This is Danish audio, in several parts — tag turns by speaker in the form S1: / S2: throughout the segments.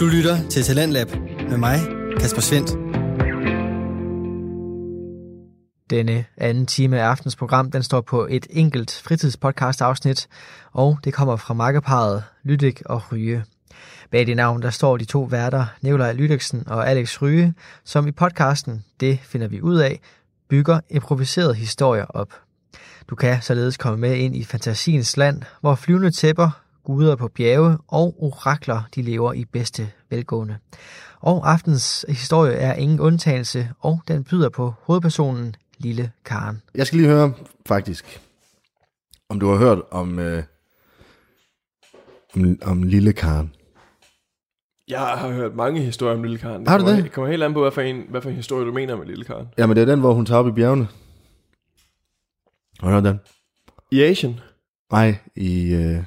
S1: Du lytter til Talentlab med mig, Kasper Svendt.
S2: Denne anden time af aftens program, den står på et enkelt fritidspodcast-afsnit, og det kommer fra makkerparet Lydik og Ryge. Bag det navn, der står de to værter, Nikolaj Lydiksen og Alex Ryge, som i podcasten, det finder vi ud af, bygger improviserede historier op. Du kan således komme med ind i fantasiens land, hvor flyvende tæpper, guder på bjerge og orakler, de lever i bedste velgående. Og aftens historie er ingen undtagelse, og den byder på hovedpersonen Lille Karen.
S3: Jeg skal lige høre, faktisk, om du har hørt om, øh, om, om lille Karen.
S4: Jeg har hørt mange historier om Lille Karen.
S3: Har du
S4: kommer,
S3: det?
S4: Det kommer helt an på, hvad for, en, hvad for en historie du mener med Lille Karen.
S3: Jamen, det er den, hvor hun tager op i bjergene. Har du hørt den?
S4: I Asien?
S3: Nej, i, øh,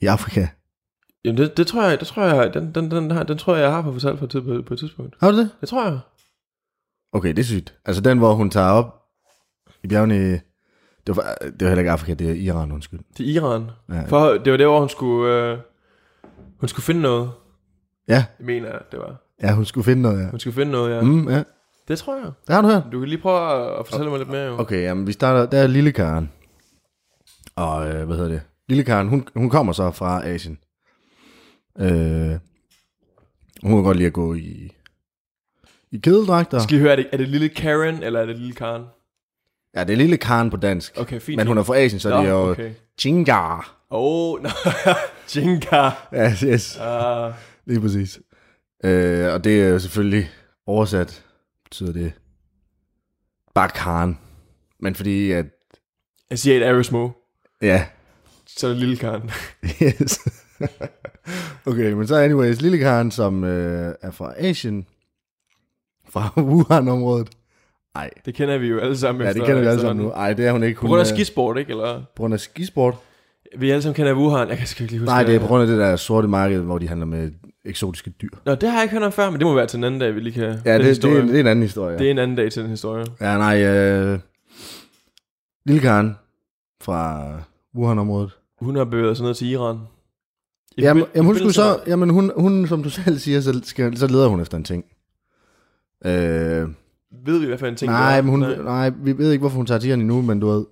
S3: i Afrika.
S4: Jamen, det, det tror jeg, det tror jeg, den, den, den, har, den tror jeg, jeg har fået fortalt på, et tid- på, på et tidspunkt.
S3: Har du det?
S4: Det tror jeg.
S3: Okay, det er sygt. Altså den, hvor hun tager op i bjergene... i- Det var, det var heller ikke Afrika, det er Iran, undskyld.
S4: Til Iran.
S3: Ja.
S4: For det var der, hvor hun skulle, øh, hun skulle finde noget.
S3: Ja,
S4: Det mener jeg, det var.
S3: ja hun skulle finde noget, ja.
S4: Hun skulle finde noget, ja. Mm.
S3: Mm, ja.
S4: Det tror jeg.
S3: Det har du hørt.
S4: Du kan lige prøve at, at fortælle mig lidt mere, jo. Okay.
S3: Okay, jamen, vi starter... Der er Lille Karen. Og øh, hvad hedder det? Lille Karen, hun, hun kommer så fra Asien. Øh, hun kan godt lide at gå i, i kedeldragter.
S4: Skal lige høre, er det, er det Lille Karen, eller er det Lille Karen?
S3: Ja, det er Lille Karen på dansk.
S4: Okay, fint.
S3: Men hun er fra Asien, så
S4: Nå,
S3: det er jo...
S4: okay.
S3: Jingar.
S4: Åh, oh, nej. Jenga.
S3: Yes, yes.
S4: Uh,
S3: Lige præcis. Øh, og det er jo selvfølgelig oversat, betyder det bare Karen. Men fordi at,
S4: jeg siger et Aerosmo,
S3: ja,
S4: så er det Lille Karen.
S3: yes. okay, men så anyways, lille Karen, som øh, er fra Asien, fra Wuhan-området. Ej,
S4: Det kender vi jo alle sammen.
S3: ja,
S4: efter-
S3: det kender vi alle
S4: efter
S3: sammen nu. Ej, det er hun ikke.
S4: På grund af
S3: er-
S4: skisport, ikke? Eller,
S3: på grund af skisport.
S4: vi alle sammen kender Wuhan. Jeg kan sgu ikke lige huske
S3: Nej, det er på
S4: hvad-
S3: grund af det der sorte marked, hvor de handler med eksotiske dyr.
S4: Nå, det har jeg ikke hørt om før, men det må være til en anden dag, vi lige kan...
S3: Ja,
S4: den
S3: det, det,
S4: historie.
S3: er, en- det er en anden historie.
S4: det er en anden dag til den historie.
S3: Ja, nej. Øh, Lille Karen fra Wuhan-området.
S4: Hun har bevæget sig ned til Iran. I
S3: Jamen,
S4: forbi-
S3: jamen, hun
S4: i
S3: skulle
S4: forbindelse
S3: så, jamen hun, hun, som du selv siger, så, skal, så leder hun efter en ting. Øh,
S4: med- Ved vi, hvad for en ting det
S3: nej,
S4: er?
S3: men hun, nej, vi ved ikke, hvorfor hun tager til Iran endnu, men du ved.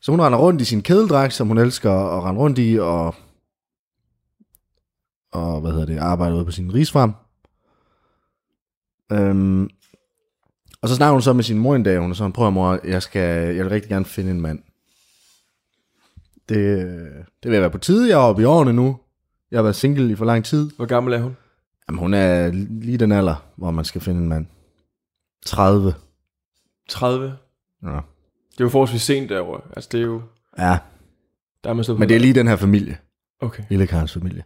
S3: Så hun render rundt i sin kædeldragt, som hun elsker at rende rundt i, og, og hvad hedder det, arbejder ude på sin risfarm. Øhm, og så snakker hun så med sin mor en dag, og hun er sådan, prøv at mor, jeg, skal, jeg vil rigtig gerne finde en mand. Det, det vil være på tide, jeg er oppe i årene nu. Jeg har været single i for lang tid.
S4: Hvor gammel er hun?
S3: Jamen, hun er lige den alder, hvor man skal finde en mand. 30.
S4: 30.
S3: Ja.
S4: Det er jo forholdsvis sent derovre. Altså, det er jo...
S3: Ja,
S4: Der er man stadig på-
S3: men det er lige den her familie.
S4: Okay.
S3: Lille Karens familie.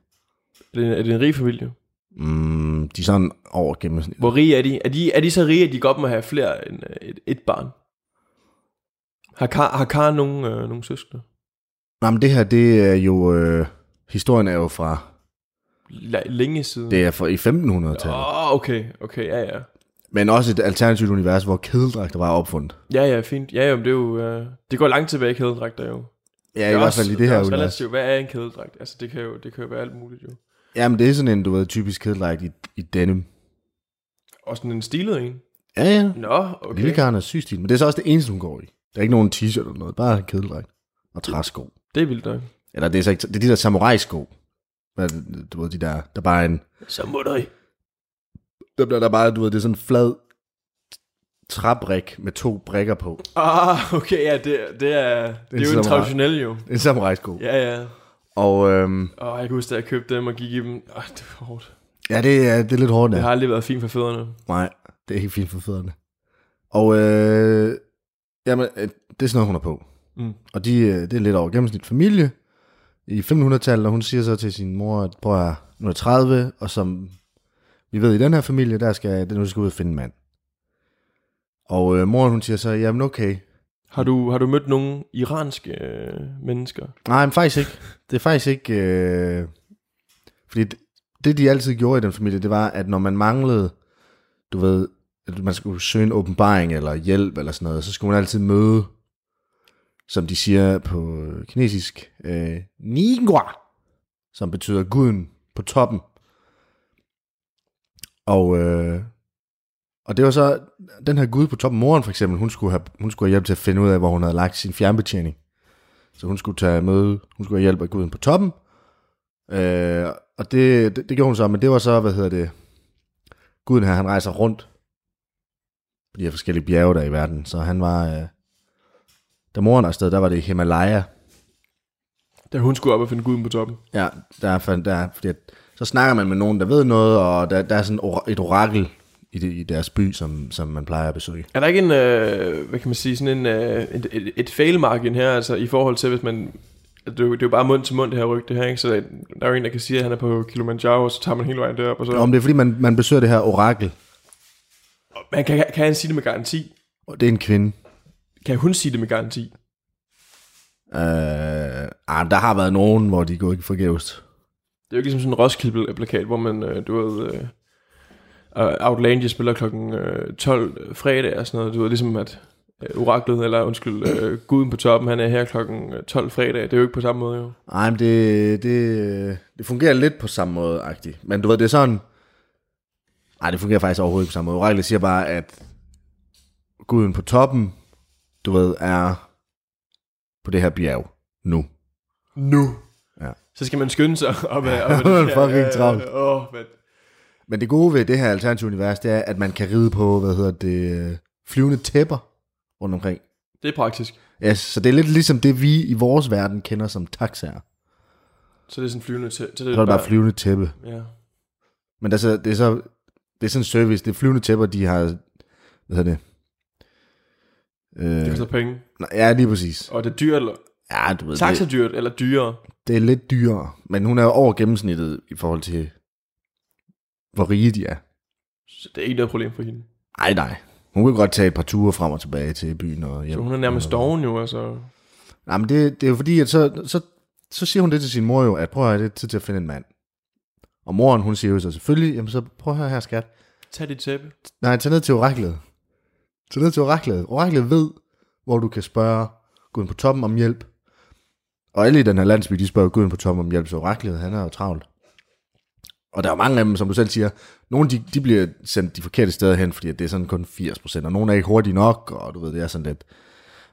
S4: Er det, en, er det en rig familie?
S3: Mm, de er sådan over gennemsnittet.
S4: Hvor rige er de? Er de, er de så rige, at de godt må have flere end øh, et, et barn? Har Kar, har Kar nogen, øh, nogen søskende?
S3: Nej, men det her, det er jo... Øh, historien er jo fra...
S4: L- længe siden?
S3: Det er fra i 1500-tallet.
S4: Åh, oh, okay, okay, ja, ja.
S3: Men også et alternativt univers, hvor kedeldragter var opfundet.
S4: Ja, ja, fint. Ja, jo, men det er jo... Øh, det går langt tilbage, kædedragter jo.
S3: Ja, i hvert fald i det her
S4: univers.
S3: univers.
S4: Relativt, hvad er en kædedragt? Altså, det kan jo, det kan jo være alt muligt jo.
S3: Jamen, det er sådan en, du ved, typisk kedeldragt i, i denim.
S4: Og sådan en stilet en.
S3: Ja, ja.
S4: Nå, okay.
S3: Okay. Lille Karen er syg stil, men det er så også det eneste, hun går i. Der er ikke nogen t-shirt eller noget, bare kedeldragt og træsko.
S4: Det er vildt nok.
S3: Eller det er, så ikke, det er de der samurai-sko. Hvad er det, Du ved, de der, der bare er en...
S4: Så må du
S3: Der bliver der bare, du ved, det er sådan en flad træbrik med to brikker på.
S4: Ah, okay, ja, det, det er... Det, det er jo
S3: samurai.
S4: en traditionel jo.
S3: En samurai-sko.
S4: Ja, ja.
S3: Og øhm,
S4: Og jeg kan huske, da jeg købte dem og gik i dem. Ej, det var hårdt.
S3: ja, det er, det er lidt hårdt,
S4: Det
S3: ja.
S4: har aldrig været fint for fædrene.
S3: Nej, det er ikke fint for fædrene. Og øh, jamen, øh, det er sådan noget, hun er på.
S4: Mm.
S3: Og de, øh, det er lidt over gennemsnit familie i 1500-tallet, og hun siger så til sin mor, at prøv at høre, nu er jeg 30, og som vi ved i den her familie, der skal, nu skal jeg ud og finde en mand. Og øh, moren, hun siger så, jamen okay.
S4: Har du, har du mødt nogle iranske øh, mennesker?
S3: Nej, men faktisk ikke. Det er faktisk ikke... Øh, fordi det, det, de altid gjorde i den familie, det var, at når man manglede, du ved, at man skulle søge en åbenbaring eller hjælp eller sådan noget, så skulle man altid møde, som de siger på kinesisk, øh, Ningua. som betyder guden på toppen. Og, øh, og det var så, den her gud på toppen, moren for eksempel, hun skulle, have, hun skulle have hjælp til at finde ud af, hvor hun havde lagt sin fjernbetjening. Så hun skulle tage møde, hun skulle have hjælp af guden på toppen. Øh, og det, det, det gjorde hun så, men det var så, hvad hedder det, guden her, han rejser rundt på de her forskellige bjerge der i verden. Så han var, øh, da moren er afsted, der var det i Himalaya,
S4: Da hun skulle op og finde guden på toppen.
S3: Ja, der er, fan- der er, fordi at, så snakker man med nogen, der ved noget, og der, der er sådan or- et orakel i, det, i deres by, som, som man plejer at besøge.
S4: Er der ikke en, øh, hvad kan man sige, sådan en, øh, et, et, et fail-margin her, altså i forhold til, hvis man, at det, er jo- det er jo bare mund til mund det her rygte her, ikke? så der, der er jo en, der kan sige, at han er på Kilimanjaro, og så tager man hele vejen derop, og så,
S3: Om det er, fordi man, man besøger det her orakel,
S4: man kan, kan han sige det med garanti?
S3: og det er en kvinde.
S4: Kan hun sige det med garanti?
S3: Øh, ah, der har været nogen, hvor de går ikke forgæves.
S4: Det er jo ikke ligesom sådan en Roskilde-plakat, hvor man, øh, du ved, øh, øh, Outlandia spiller klokken øh, 12 fredag og sådan noget. Du ved, ligesom at øh, oraklet, eller undskyld, øh, guden på toppen, han er her klokken øh, 12 fredag. Det er jo ikke på samme måde, jo.
S3: Ej, men det, det, det fungerer lidt på samme måde, -agtigt. men du ved, det er sådan... Nej, det fungerer faktisk overhovedet ikke på samme måde. Oraklet siger bare, at guden på toppen, du ved, er på det her bjerg nu.
S4: Nu!
S3: Ja.
S4: Så skal man skynde sig op ad, op ad
S3: Man er fucking travlt.
S4: Åh, oh,
S3: Men det gode ved det her alternative univers, det er, at man kan ride på, hvad hedder det, øh, flyvende tæpper rundt omkring.
S4: det er praktisk.
S3: Ja, så det er lidt ligesom det, vi i vores verden kender som taxaer.
S4: Så det er sådan flyvende til... Så
S3: Så er det bare flyvende tæppe.
S4: Ja.
S3: Men der, så, det, er så, det er sådan en service. Det er flyvende tæpper, de har, hvad hedder det?
S4: Det
S3: Øh,
S4: koster penge.
S3: nej, ja, lige præcis.
S4: Og det er dyrt, eller...
S3: Ja, du ved,
S4: Taxa
S3: det,
S4: dyrt, eller dyrere.
S3: det er lidt dyrere. Men hun er jo over gennemsnittet i forhold til, hvor rige de er.
S4: Så det er ikke noget problem for hende.
S3: Nej, nej. Hun kan godt tage et par ture frem og tilbage til byen. Og hjem.
S4: Så hun er nærmest doven jo, altså...
S3: Nej, men det, det er jo fordi, at så, så, så siger hun det til sin mor jo, at prøv at høre, det er tid til at finde en mand. Og moren, hun siger jo så selvfølgelig, jamen så prøv at høre her, skat.
S4: Tag dit tæppe.
S3: Nej, tag ned til oraklet. Tag ned til oraklet. Oraklet ved, hvor du kan spørge guden på toppen om hjælp. Og alle i den her landsby, de spørger guden på toppen om hjælp, så oraklet, han er jo travlt. Og der er jo mange af dem, som du selv siger, nogle de, de bliver sendt de forkerte steder hen, fordi at det er sådan kun 80%, og nogle er ikke hurtige nok, og du ved, det er sådan lidt.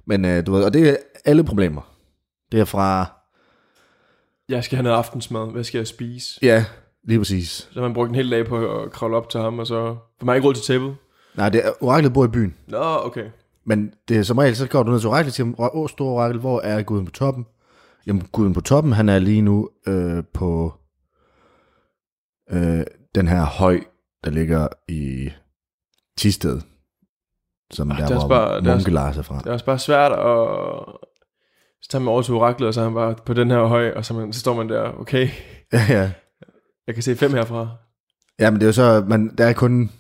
S3: Men øh, du ved, og det er alle problemer. Det er fra,
S4: Jeg skal have noget aftensmad. Hvad skal jeg spise?
S3: ja, lige præcis.
S4: Så har man brugt en hel dag på at kravle op til ham, og så... For man har ikke råd til tæppet.
S3: Nej, det er, oraklet bor i byen.
S4: Nå, okay. Men
S3: Men det er som regel, så går du ned til oraklet og siger, "Åh, åh, store orakel, hvor er guden på toppen? Jamen, guden på toppen, han er lige nu øh, på øh, den her høj, der ligger i Tisted, som
S4: Ah,
S3: ah, der,
S4: det
S3: der
S4: er også bare-
S3: hvor
S4: det er
S3: munke Lars er fra.
S4: det er også bare svært at... Så tager man over til oraklet, og så er han bare på den her høj, og så, man, så står man der, okay,
S3: Ja, ja.
S4: jeg kan se fem herfra.
S3: ja, men det er jo så, man, der er kun...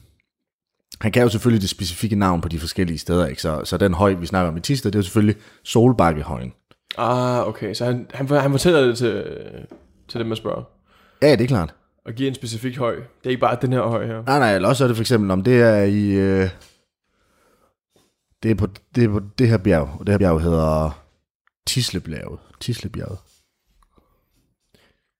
S3: Han kan jo selvfølgelig det specifikke navn på de forskellige steder, ikke? Så, så den høj, vi snakker om i Tisted, det er jo selvfølgelig Solbakkehøjen.
S4: Ah, okay, så han, han, han fortæller det til, til dem, man spørger.
S3: Ja, det er klart.
S4: Og giver en specifik høj. Det er ikke bare den her høj her.
S3: Nej, nej, eller også er det for eksempel, om det er i... Øh, det, er på, det er på det her bjerg, og det her bjerg hedder Tislebjerget. Tislebjerget.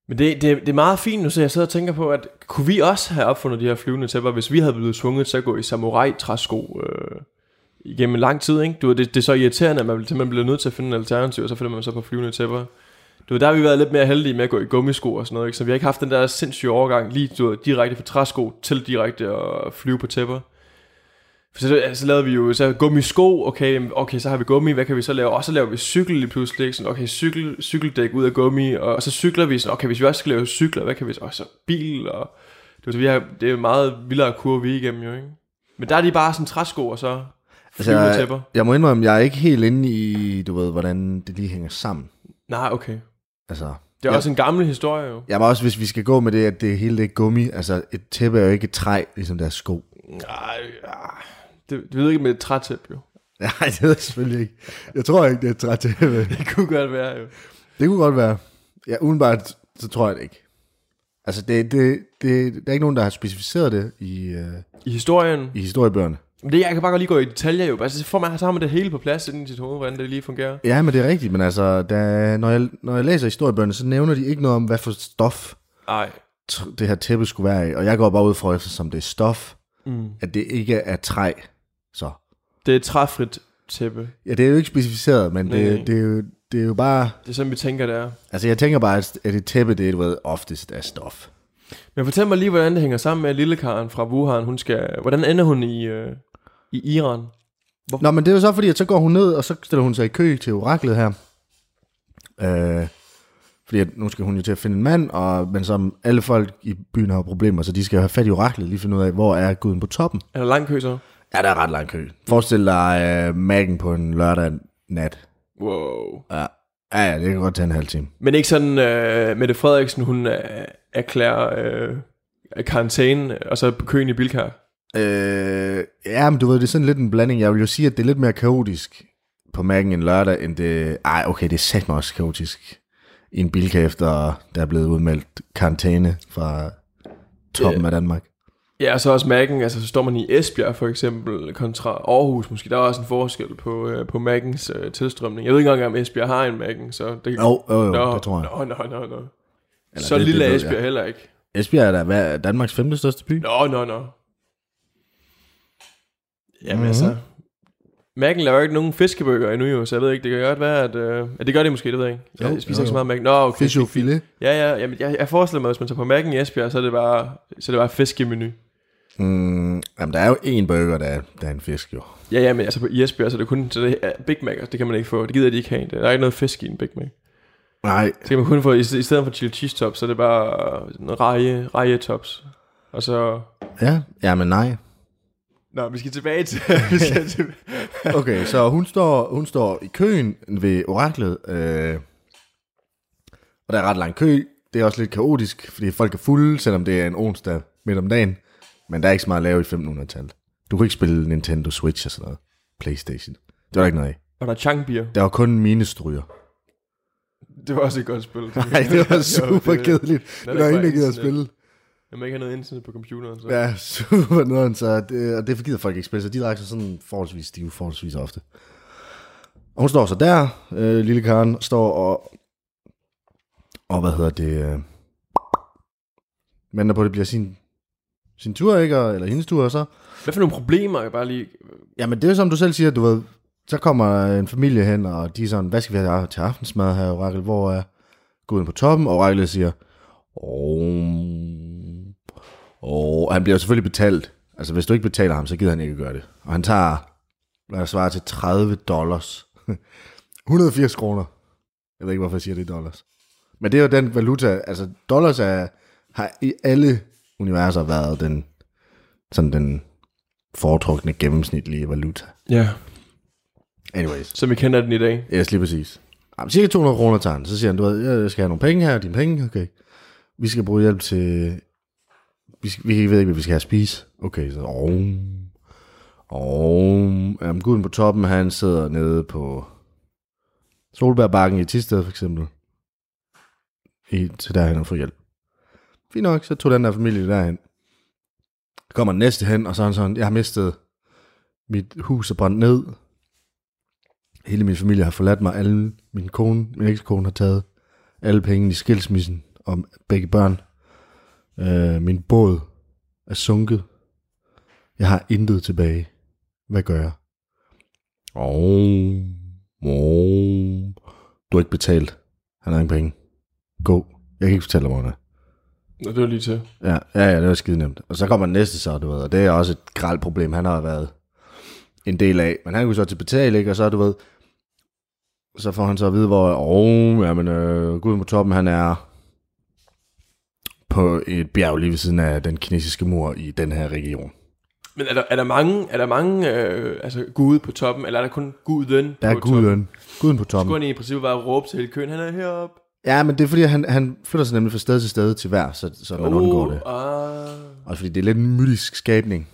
S4: Men det, det, det er meget fint nu, så jeg sidder og tænker på, at kunne vi også have opfundet de her flyvende tæpper, hvis vi havde blevet tvunget til at gå i samurai-træsko øh, igennem en lang tid, ikke? Du, ved, det, det er så irriterende, at man simpelthen bliver nødt til at finde en alternativ, og så finder man så på flyvende tæpper. Du ved, der har vi været lidt mere heldige med at gå i gummisko og sådan noget, ikke? Så vi har ikke haft den der sindssyge overgang lige du ved, direkte fra træsko til direkte at flyve på tæpper. For så, så lavede vi jo så gummisko, okay, jamen, okay, så har vi gummi, hvad kan vi så lave? Og så laver vi cykel lige pludselig, ikke? sådan, okay, cykel, cykeldæk ud af gummi, og så cykler vi, sådan, okay, hvis vi også skal lave cykler, hvad kan vi så? Og så bil, og det, var, så vi har, det er en meget vildere kurve, vi er igennem jo, ikke? Men der er de bare sådan træsko, og så flyvende altså, tæpper.
S3: jeg, jeg må indrømme, jeg er ikke helt inde i, du ved, hvordan det lige hænger sammen.
S4: Nej, okay.
S3: Altså,
S4: Det er
S3: Ja.
S4: også en gammel historie jo.
S3: jeg må også, hvis vi skal gå med det, at det hele det er gummi, altså et tæppe er jo ikke et træ, ligesom deres sko.
S4: Nej, ah, det, det ved jeg ikke med et trætæp jo.
S3: Nej, det ved jeg selvfølgelig ikke. Jeg tror ikke, det er et trætæppe.
S4: Det kunne godt være jo.
S3: Det kunne godt være. Ja, udenbart, så tror jeg det ikke. Altså, det, det, det, der er ikke nogen, der har specificeret det i, øh,
S4: I historien,
S3: i historiebøgerne.
S4: Men det, jeg kan bare godt lige gå i detaljer jo. Altså, så, får man, så har man det hele på plads inden i sit hoved, hvordan det lige fungerer.
S3: Ja, men det er rigtigt, men altså, da, når, jeg, når jeg læser historiebøgerne, så nævner de ikke noget om, hvad for stof
S4: Nej.
S3: tr- det her tæppe skulle være i. Og jeg går bare ud fra, eftersom det er stof,
S4: Mm.
S3: at det ikke er træ. Så.
S4: Det er et træfrit tæppe.
S3: Ja, det er jo ikke specificeret, men
S4: Nej.
S3: det, det, er jo, det er jo bare...
S4: Det er sådan, vi tænker, det er.
S3: Altså, jeg tænker bare, at at et tæppe, det er du ved, oftest af stof.
S4: Men fortæl mig lige, hvordan det hænger sammen med at lille Karen fra Wuhan. Hun skal, hvordan ender hun i, øh, i Iran?
S3: Nå, men det er jo så fordi, at så går hun ned, og så stiller hun sig i kø til oraklet her. Øh, fordi at nu skal hun jo til at finde en mand, og, men som alle folk i byen har jo problemer, så de skal have fat i oraklet, lige finde ud af, hvor er guden på toppen.
S4: Er der lang kø så?
S3: Ja, der er ret lang kø. Forestil dig øh, mærken på en lørdag nat.
S4: Wow.
S3: Ja. ja, ja, det kan godt tage en halv time.
S4: Men ikke sådan, øh, Mette Frederiksen, hun øh, erklærer øh, karantæne, og så på køen i Bilka.
S3: Øh, ja, men du ved, det er sådan lidt en blanding. Jeg vil jo sige, at det er lidt mere kaotisk på Mac'en en lørdag, end det... Ej, okay, det er satme også kaotisk i en bilka efter, der er blevet udmeldt karantæne fra toppen af Danmark.
S4: Ja, og så også mærken, altså så står man i Esbjerg for eksempel, kontra Aarhus måske. Der er også en forskel på, øh, på mærkens øh, tilstrømning. Jeg ved ikke engang, om Esbjerg har en mærken, så det kan...
S3: Jo, jo, jo, det tror jeg.
S4: Nå, nå, nå, nå.
S3: Eller
S4: så
S3: det-
S4: lille
S3: det
S4: er
S3: ved
S4: Esbjerg
S3: jeg.
S4: heller ikke.
S3: Esbjerg er da hvad, Danmarks femte største by.
S4: Nå, nå, nå. Jamen
S3: Mhm.
S4: mm-hmm. altså... Mærken laver jo ikke nogen fiskebøger endnu, jo, så jeg ved ikke, det kan godt være, at... Øh, ja, det gør det måske, det ved jeg ikke. Jeg
S3: Jo,
S4: spiser
S3: jo,
S4: ikke så
S3: jo.
S4: meget mærken. Nå, okay.
S3: Fish filet.
S4: Ja, ja, jamen, jeg, jeg forestiller mig, at hvis man tager på mærken i Esbjerg, så er det bare, så er det bare fiskemenu.
S3: Mm, jamen, der er jo én burger, der, er- der er en fisk, jo.
S4: Ja, ja, men altså på i Esbjerg, så er det kun så det er Big Mac, altså, det kan man ikke få. Det gider de ikke have. Der er ikke noget fisk i en Big Mac.
S3: Nej,
S4: Så kan man kun få, i, i stedet for chili cheese tops, så er det bare sådan noget reje, reje tops. Og så...
S3: ja, jamen nej.
S4: Nå, vi skal tilbage til... vi skal tilbage.
S3: Okay, så hun står, hun står i køen ved oraklet, øh, og der er ret lang kø. Det er også lidt kaotisk, fordi folk er fulde, selvom det er en onsdag midt om dagen. Men der er ikke så meget at lave i 1500-tallet. Du kunne ikke spille Nintendo Switch og sådan noget. Playstation. Det var der ikke noget af.
S4: Og der er changbier.
S3: Der var kun minestryger.
S4: Det var også et godt spil.
S3: Nej, det var super
S4: det-
S3: kedeligt.
S4: der
S3: Det var
S4: ikke
S3: ingen, der
S4: bare
S3: gider at
S4: internet.
S3: spille.
S4: Jeg må ikke have noget internet på computeren, så...
S3: Ja, super nederen, så det, og det gider folk ikke spille, så de rækker sig sådan forholdsvis stive, forholdsvis ofte. Og hun står så der, øh, lille Karen, står og, og hvad hedder det, øh, venter på, at det bliver sin, sin tur, ikke? Og, eller hendes tur, og så.
S4: Hvad for nogle problemer, jeg bare lige...
S3: Jamen, det er jo som du selv siger, du ved, så kommer en familie hen, og de er sådan, hvad skal vi have til aftensmad her, Orakel? Hvor er guden på toppen? Og Orakel siger, åh, og han bliver jo selvfølgelig betalt. Altså, hvis du ikke betaler ham, så gider han ikke gøre det. Og han tager, hvad der svarer til 30 dollars. 180 kroner. Jeg ved ikke, hvorfor jeg siger det i dollars. Men det er jo den valuta, altså dollars er, har i alle universer været den, sådan den foretrukne gennemsnitlige valuta.
S4: Ja,
S3: Anyways.
S4: som vi kender den i dag.
S3: Ja, yes, lige præcis. Jamen, cirka 200 kroner tager han. Så siger han, du ved, jeg skal have nogle penge her, dine penge, okay. Vi skal bruge hjælp til... Vi, skal, vi ved ikke, hvad vi skal have at spise. Okay, så... Oh. Oh. Jamen, guden på toppen, han sidder nede på Solbærbakken i Tisted, for eksempel. I, til der han får hjælp. Fint nok, så tog den der familie derhen. Så kommer den næste hen, og så er han sådan, jeg har mistet mit hus er brændt ned. Hele min familie har forladt mig. Alle, min kone, min ekskone har taget alle pengene i skilsmissen om begge børn. Øh, min båd er sunket. Jeg har intet tilbage. Hvad gør jeg? Åh, oh, du har ikke betalt. Han har ingen penge. Gå. Jeg kan ikke fortælle dig, hvor han er.
S4: Nå, det var lige til.
S3: Ja, ja, ja, det var skide nemt. Og så kommer den næste så, du ved, og det er også et gralt problem, han har været en del af. Men han kunne så til betale, ikke? Og så, du ved, så får han så at vide, hvor, åh, jamen, øh, guden på toppen, han er på et bjerg lige ved siden af den kinesiske mur i den her region.
S4: Men er der, er der mange, er der mange øh, altså, gude på toppen, eller er der kun guden
S3: Der er
S4: på toppen?
S3: guden. Guden på toppen.
S4: Skulle han i princippet bare råbe til hele køen, han er heroppe.
S3: Ja, men det er fordi, han, han flytter sig nemlig fra sted til sted til hver, så, så man undgår det.
S4: Uh, Ah,
S3: Og fordi det er lidt en mytisk skabning.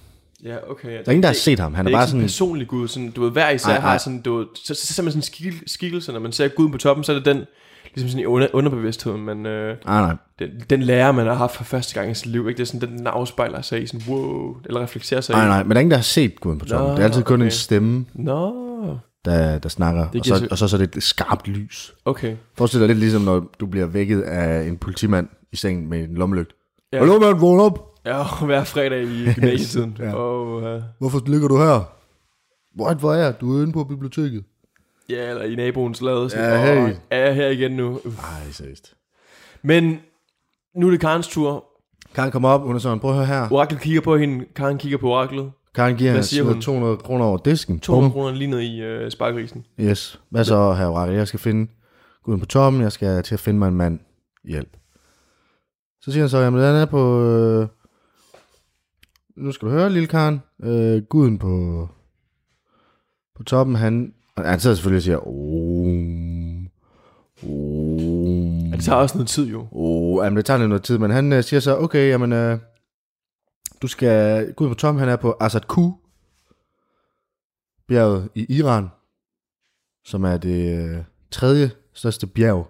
S4: ja, okay.
S3: Der er ingen, der har set ham. Han
S4: det
S3: er
S4: er
S3: bare
S4: ikke sådan
S3: sådan...
S4: en personlig gud, sådan, du ved, hver især
S3: Nej,
S4: har
S3: nej.
S4: sådan, du ved, så, så, så ser man sådan en skik, skikkelse, når man ser guden på toppen, så er det den, ligesom sådan i under, underbevidstheden, men øh,
S3: Nej, nej.
S4: den, den lærer, man har haft for første gang i sit liv, ikke? det er sådan, den, den afspejler sig i sådan, wow, eller reflekterer sig
S3: Nej,
S4: i.
S3: nej, men der er ingen, der har set Guden på toppen.
S4: Nå,
S3: det er altid kun okay. en
S4: okay.
S3: stemme,
S4: Nå,
S3: der, der snakker, og
S4: giver
S3: så,
S4: sig-
S3: og så, så er det et skarpt lys.
S4: okay.
S3: Forestil dig lidt ligesom, når du bliver vækket af en politimand i sengen med en lommelygt.
S4: Ja.
S3: Ja. Hallo mand, vågn op!
S4: Ja, hver fredag i gymnasietiden.
S3: Ja.
S4: ja. Og, øh,
S3: Hvorfor ligger du her? What, hvor er jeg? Du er inde på biblioteket.
S4: ja, eller i naboens lade. Sådan,
S3: Ja,
S4: "Åh,
S3: hey."
S4: Er jeg her igen nu? Uff.
S3: Nej, seriøst.
S4: Men nu er det Karens tur.
S3: Karen kommer op, hun er sådan, prøv at høre her.
S4: Oraklet kigger på hende. Karen kigger på oraklet.
S3: Karen giver
S4: Hvad
S3: hende
S4: siger
S3: smider
S4: hun?
S3: 200 kroner over disken.
S4: 200
S3: Bum.
S4: kroner lige ned i øh, sparkrisen.
S3: Yes. Hvad så, herre Orakel? Jeg skal finde guden på toppen. Jeg skal til at finde mig en mand. Hjælp. Så siger han så, jamen den er på... Øh... Nu skal du høre, lille Karen. Øh, guden på, på toppen, han... og Han sidder selvfølgelig og siger... Om, om,
S4: Og det tager også noget tid jo.
S3: Oh, jamen, det tager lidt noget tid, men han øh, siger så, okay, jamen, øh, du skal... Gud på Tom, han er på Asad Q, bjerget i Iran, som er det øh, tredje største bjerg.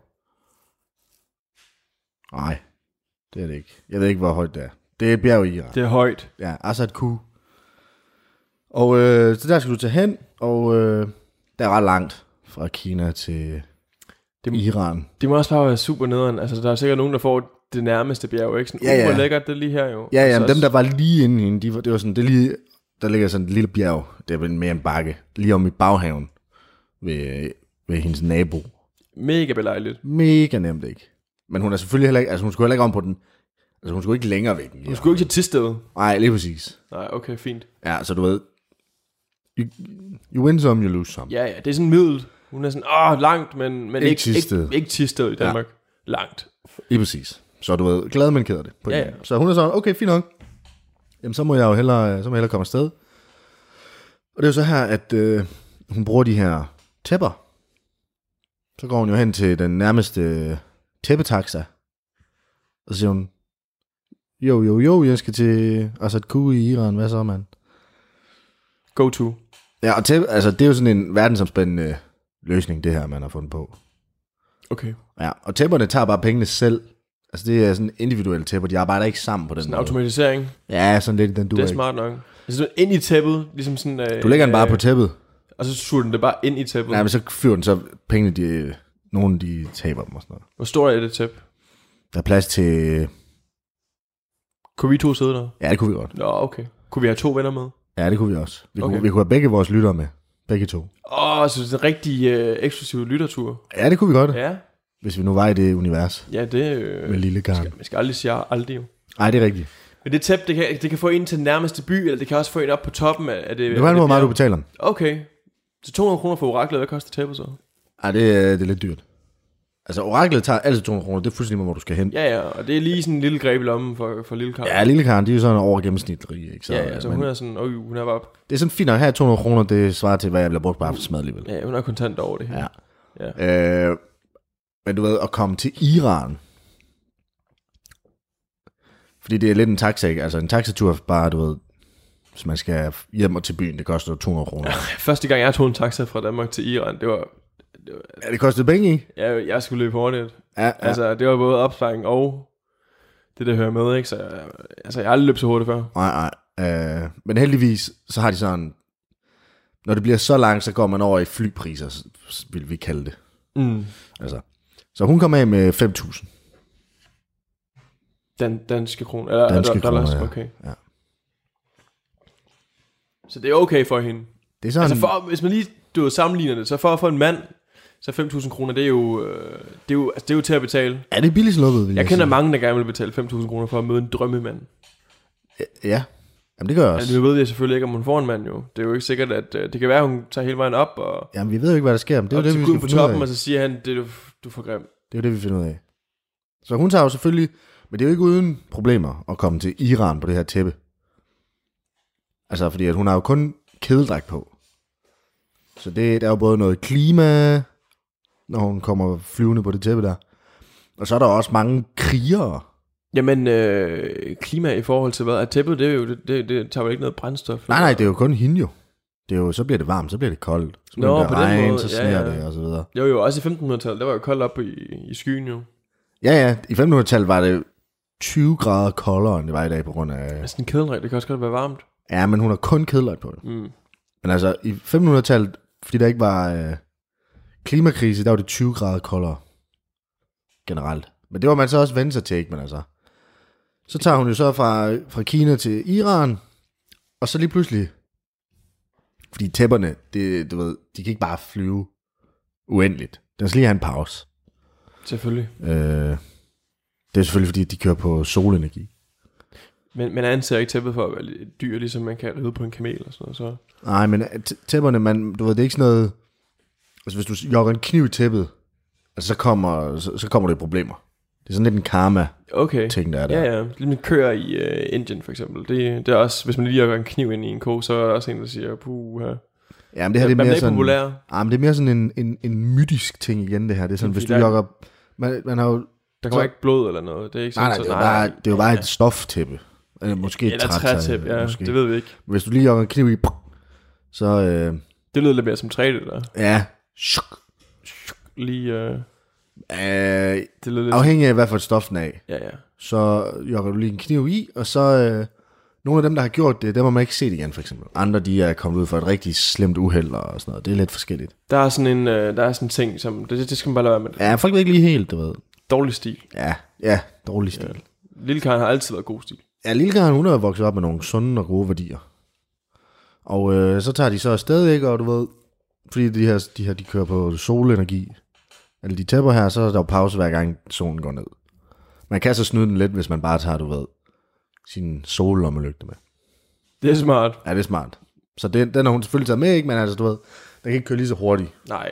S3: Nej, det er det ikke. Jeg ved ikke, hvor højt det er. Det er et bjerg i Iran.
S4: Det er højt.
S3: Ja, Assad Q. Og øh, så der skal du tage hen, og øh, der er ret langt fra Kina til
S4: Det-
S3: Iran.
S4: Det må også bare være super nederen. Altså, der er sikkert nogen, der får det nærmeste bjerg, ikke? Sådan,
S3: Ja,
S4: ja,
S3: ja.
S4: ja. Hvor lækkert det er lige her jo.
S3: Ja, ja,
S4: Altså,
S3: men dem, der var lige inde i hende, de, var- det var sådan, det er lige, der ligger sådan et lille bjerg, det er vel mere en bakke, lige om i baghaven ved, ved hendes nabo.
S4: Mega belejligt.
S3: Mega nemt, ikke? Men hun er selvfølgelig heller ikke, altså hun skulle heller ikke om på den, altså hun skulle ikke længere væk.
S4: Du skulle ikke til Tisted.
S3: Nej, lige præcis.
S4: Nej, okay, fint.
S3: Ja, så du ved, you, you win some, you lose some.
S4: Ja, ja, det er sådan middel. Hun er sådan, åh, langt, men, men
S3: Ikke
S4: ikke, ikke,
S3: Thisted.
S4: ikke, ikke Tisted i Danmark. Ja. Langt.
S3: Lige præcis. Så du ved, glad, men keder det. På
S4: Ja,
S3: ja, ja.
S4: ja.
S3: Så hun er sådan, okay, fint nok. Jamen, så må jeg jo hellere, øh, så må jeg hellere komme afsted. Og det er jo så her, at øh, hun bruger de her tæpper. Så går hun jo hen til den nærmeste øh, tæppetaxa. Og så siger hun, jo, jo, jo, jeg skal til Assad Q i Iran, hvad så, mand?
S4: Go to.
S3: Ja, og tæppe, altså, det er jo sådan en verdensomspændende øh, løsning, det her, man har fundet på.
S4: Okay.
S3: Ja, og tæpperne tager bare pengene selv. Altså, det er sådan individuelle tæpper, de arbejder ikke sammen på den
S4: Sådan
S3: måde.
S4: automatisering.
S3: Ja, sådan lidt i den du
S4: det er smart nok. Altså, sådan ind i tæppet, ligesom sådan... Øh,
S3: Du lægger den bare på tæppet.
S4: Og så suger den det bare ind i tæppet.
S3: Nej, men så fyrer den så pengene, de, nogen de taber dem og sådan noget.
S4: Hvor stor er det tæppe?
S3: Der er plads til...
S4: Kunne vi to sidde der?
S3: Ja, det kunne vi godt.
S4: Nå, okay. Kunne vi have to venner med?
S3: Ja, det kunne vi også. Vi, okay. kunne,
S4: Okay.
S3: vi kunne have begge vores lyttere med. Begge to.
S4: Åh, oh, så det er en rigtig øh, eksklusiv lyttertur.
S3: Ja, det kunne vi godt, ja.
S4: Ja,
S3: hvis vi nu var i det univers
S4: ja, det... Øh,
S3: med lille Karen.
S4: man skal aldrig sige aldrig jo.
S3: Nej, det er rigtigt.
S4: Men det tæppe, det kan, det kan få en til den nærmeste by, eller det kan også få en op på toppen af af det.
S3: Det var
S4: af
S3: hvor meget du
S4: bjerg.
S3: betaler dem.
S4: Okay. Så 200 kroner for oraklet, hvad koster tæppet så?
S3: Ej, det, er- det er lidt dyrt. Altså, oraklet tager altid 200 kroner. Det er fuldstændig, hvor du skal hen. Ja,
S4: Ja, ja, og det er lige sådan en lille greb i lommen for, for lille Karl.
S3: ja lille Karen, de er jo sådan over gennemsnit rige, ikke? Så,
S4: ja, ja, så
S3: men
S4: hun er sådan, øj, hun er bare,
S3: Det er sådan fint at have 200 kroner, det svarer til, hvad jeg bliver brugt på aftensmad alligevel.
S4: ja, hun er kontant over det her.
S3: Ja.
S4: ja.
S3: Øh, men du ved, at komme til Iran. Fordi det er lidt en taxa, ikke? Altså en taxatur, bare du ved, hvis man skal hjem og til byen, det koster 200 kroner.
S4: Første gang, jeg tog en taxa fra Danmark til Iran, det var,
S3: Ja, det kostede penge, ikke?
S4: jeg, jeg skulle løbe hurtigt.
S3: Ja, ja. Altså,
S4: Altså, det var både opsparing og det, der hører med, ikke? Så jeg, altså, jeg har aldrig løbet så hurtigt før.
S3: nej, nej. Øh, men heldigvis, så har de sådan, når det bliver så langt, så går man over i flypriser, s- s- vil vi kalde det.
S4: Mm.
S3: Altså. Så hun kom af med 5.000.
S4: Dan, danske kroner. Eller,
S3: Danske
S4: eller dollars,
S3: kroner, ja.
S4: okay.
S3: Ja.
S4: Så det er okay for hende.
S3: Det er sådan,
S4: Altså, for, hvis man lige du ved, sammenligner det, så for at få en mand, så 5.000 kroner, det er jo, øh, det er jo, altså, det er jo til at betale.
S3: er det billigt sluppet, vil jeg,
S4: Jeg kender
S3: sige.
S4: mange, der gerne vil betale 5.000 kroner for at møde en drømmemand.
S3: Ja, Jamen, det gør jeg også.
S4: Altså, nu ved jeg selvfølgelig ikke, om hun får en mand jo. Det er jo ikke sikkert, at øh, det kan være, at hun tager hele vejen op og
S3: Jamen, vi ved jo ikke, hvad der sker, men det er
S4: op
S3: jo det,
S4: til
S3: vi
S4: guden
S3: skal
S4: på
S3: finde ud af.
S4: toppen, altså. og så siger han, det er du, du er for grim.
S3: Det er jo det, vi finder ud af. Så hun tager jo selvfølgelig, men det er jo ikke uden problemer at komme til Iran på det her tæppe. Altså, fordi at hun har jo kun kedeldræk på. Så det, der er jo både noget klima, når hun kommer flyvende på det tæppe der. Og så er der også mange krigere.
S4: Jamen, øh, klima i forhold til hvad? Er tæppet, det, er jo, det, det, det tager jo ikke noget brændstof?
S3: Nej, nej, det er jo kun hende jo. Det er jo, så bliver det varmt, så bliver det koldt. Så
S4: Nå,
S3: bliver det
S4: på den
S3: regn,
S4: måde,
S3: så
S4: ja,
S3: sneer
S4: ja.
S3: det, og så videre.
S4: Jo, jo, også i 1500-tallet, der var jo koldt op i, i skyen jo.
S3: Ja, ja, i 1500-tallet var det 20 grader koldere, end det var i dag, på grund
S4: Men
S3: af...
S4: sådan Altså, en kedelræk, det kan også godt være varmt.
S3: Ja, men hun har kun kedelagt på det.
S4: Mm.
S3: Men altså, i 1500-tallet, fordi der ikke var øh, klimakrise, der var det 20 grader koldere generelt. Men det var man så også vende sig til, ikke? Men altså, så tager hun jo så fra, fra Kina til Iran, og så lige pludselig, fordi tæpperne, det, du ved, de kan ikke bare flyve uendeligt. Den skal lige have en pause.
S4: Selvfølgelig.
S3: Øh, det er selvfølgelig, fordi de kører på solenergi.
S4: Men man anser ikke tæppet for at være et dyr, ligesom man kan ride på en kamel og sådan noget. Så.
S3: Nej, men øh, t- tæpperne, man, du ved, det er ikke sådan noget... Altså, hvis du jogger en kniv i tæppet, altså, så kommer, så, så kommer det problemer. Det er sådan lidt en karma-ting,
S4: Okay.
S3: der er der.
S4: Ja, ja. Ligesom køer i øh, Indien for eksempel. Det, det er også, hvis man lige har en kniv ind i en ko, så er der også en, der siger, puh, her.
S3: ja men det her det er mere
S4: man er ikke
S3: sådan...
S4: populær.
S3: Ah, men det er mere sådan en, en, en mytisk ting igen, det her. Det er sådan,
S4: Fordi
S3: hvis du
S4: der er-
S3: jogger... Man, man har jo...
S4: Der
S3: Så-
S4: kommer ikke blod eller noget. Det er ikke
S3: Nej,
S4: sådan,
S3: nej, det er
S4: så,
S3: jo bare, det er jo bare et stoftæppe. Eller måske et
S4: Eller trætæp, ja,
S3: måske.
S4: det ved vi ikke.
S3: Hvis du lige jogger en kniv i... Så... Øh,
S4: Det lyder lidt mere som træ, det der.
S3: ja. Shuk.
S4: Lige, øh,
S3: Øh,
S4: det lyder lidt...
S3: afhængig af, hvad for et stof den er af.
S4: Ja, ja.
S3: så jogger du lige en kniv i, og så øh, nogle af dem, der har gjort det, dem har man ikke set igen, for eksempel. Andre, de er kommet ud for et rigtig slemt uheld og sådan noget. Det er lidt forskelligt.
S4: Der er sådan en, øh, der er sådan en ting, som... Det, det skal man bare lade være med.
S3: Ja, folk ved ikke lige helt, du ved.
S4: Dårlig stil.
S3: Ja, ja, dårlig stil.
S4: Lille Karen har altid været god stil.
S3: Ja, Lille Karen, hun er vokset op med nogle sunde og gode værdier. Og øh, så tager de så afsted, ikke? Og du ved, fordi de her, de her, de kører på solenergi, eller de tæpper her, så er der jo pause hver gang solen går ned. Man kan så snyde den lidt, hvis man bare tager, du ved, sin sollommelygte med.
S4: Det er smart.
S3: Ja, det er smart. Så den, den har hun selvfølgelig taget med, ikke? Men altså, du ved, den kan ikke køre lige så hurtigt.
S4: Nej.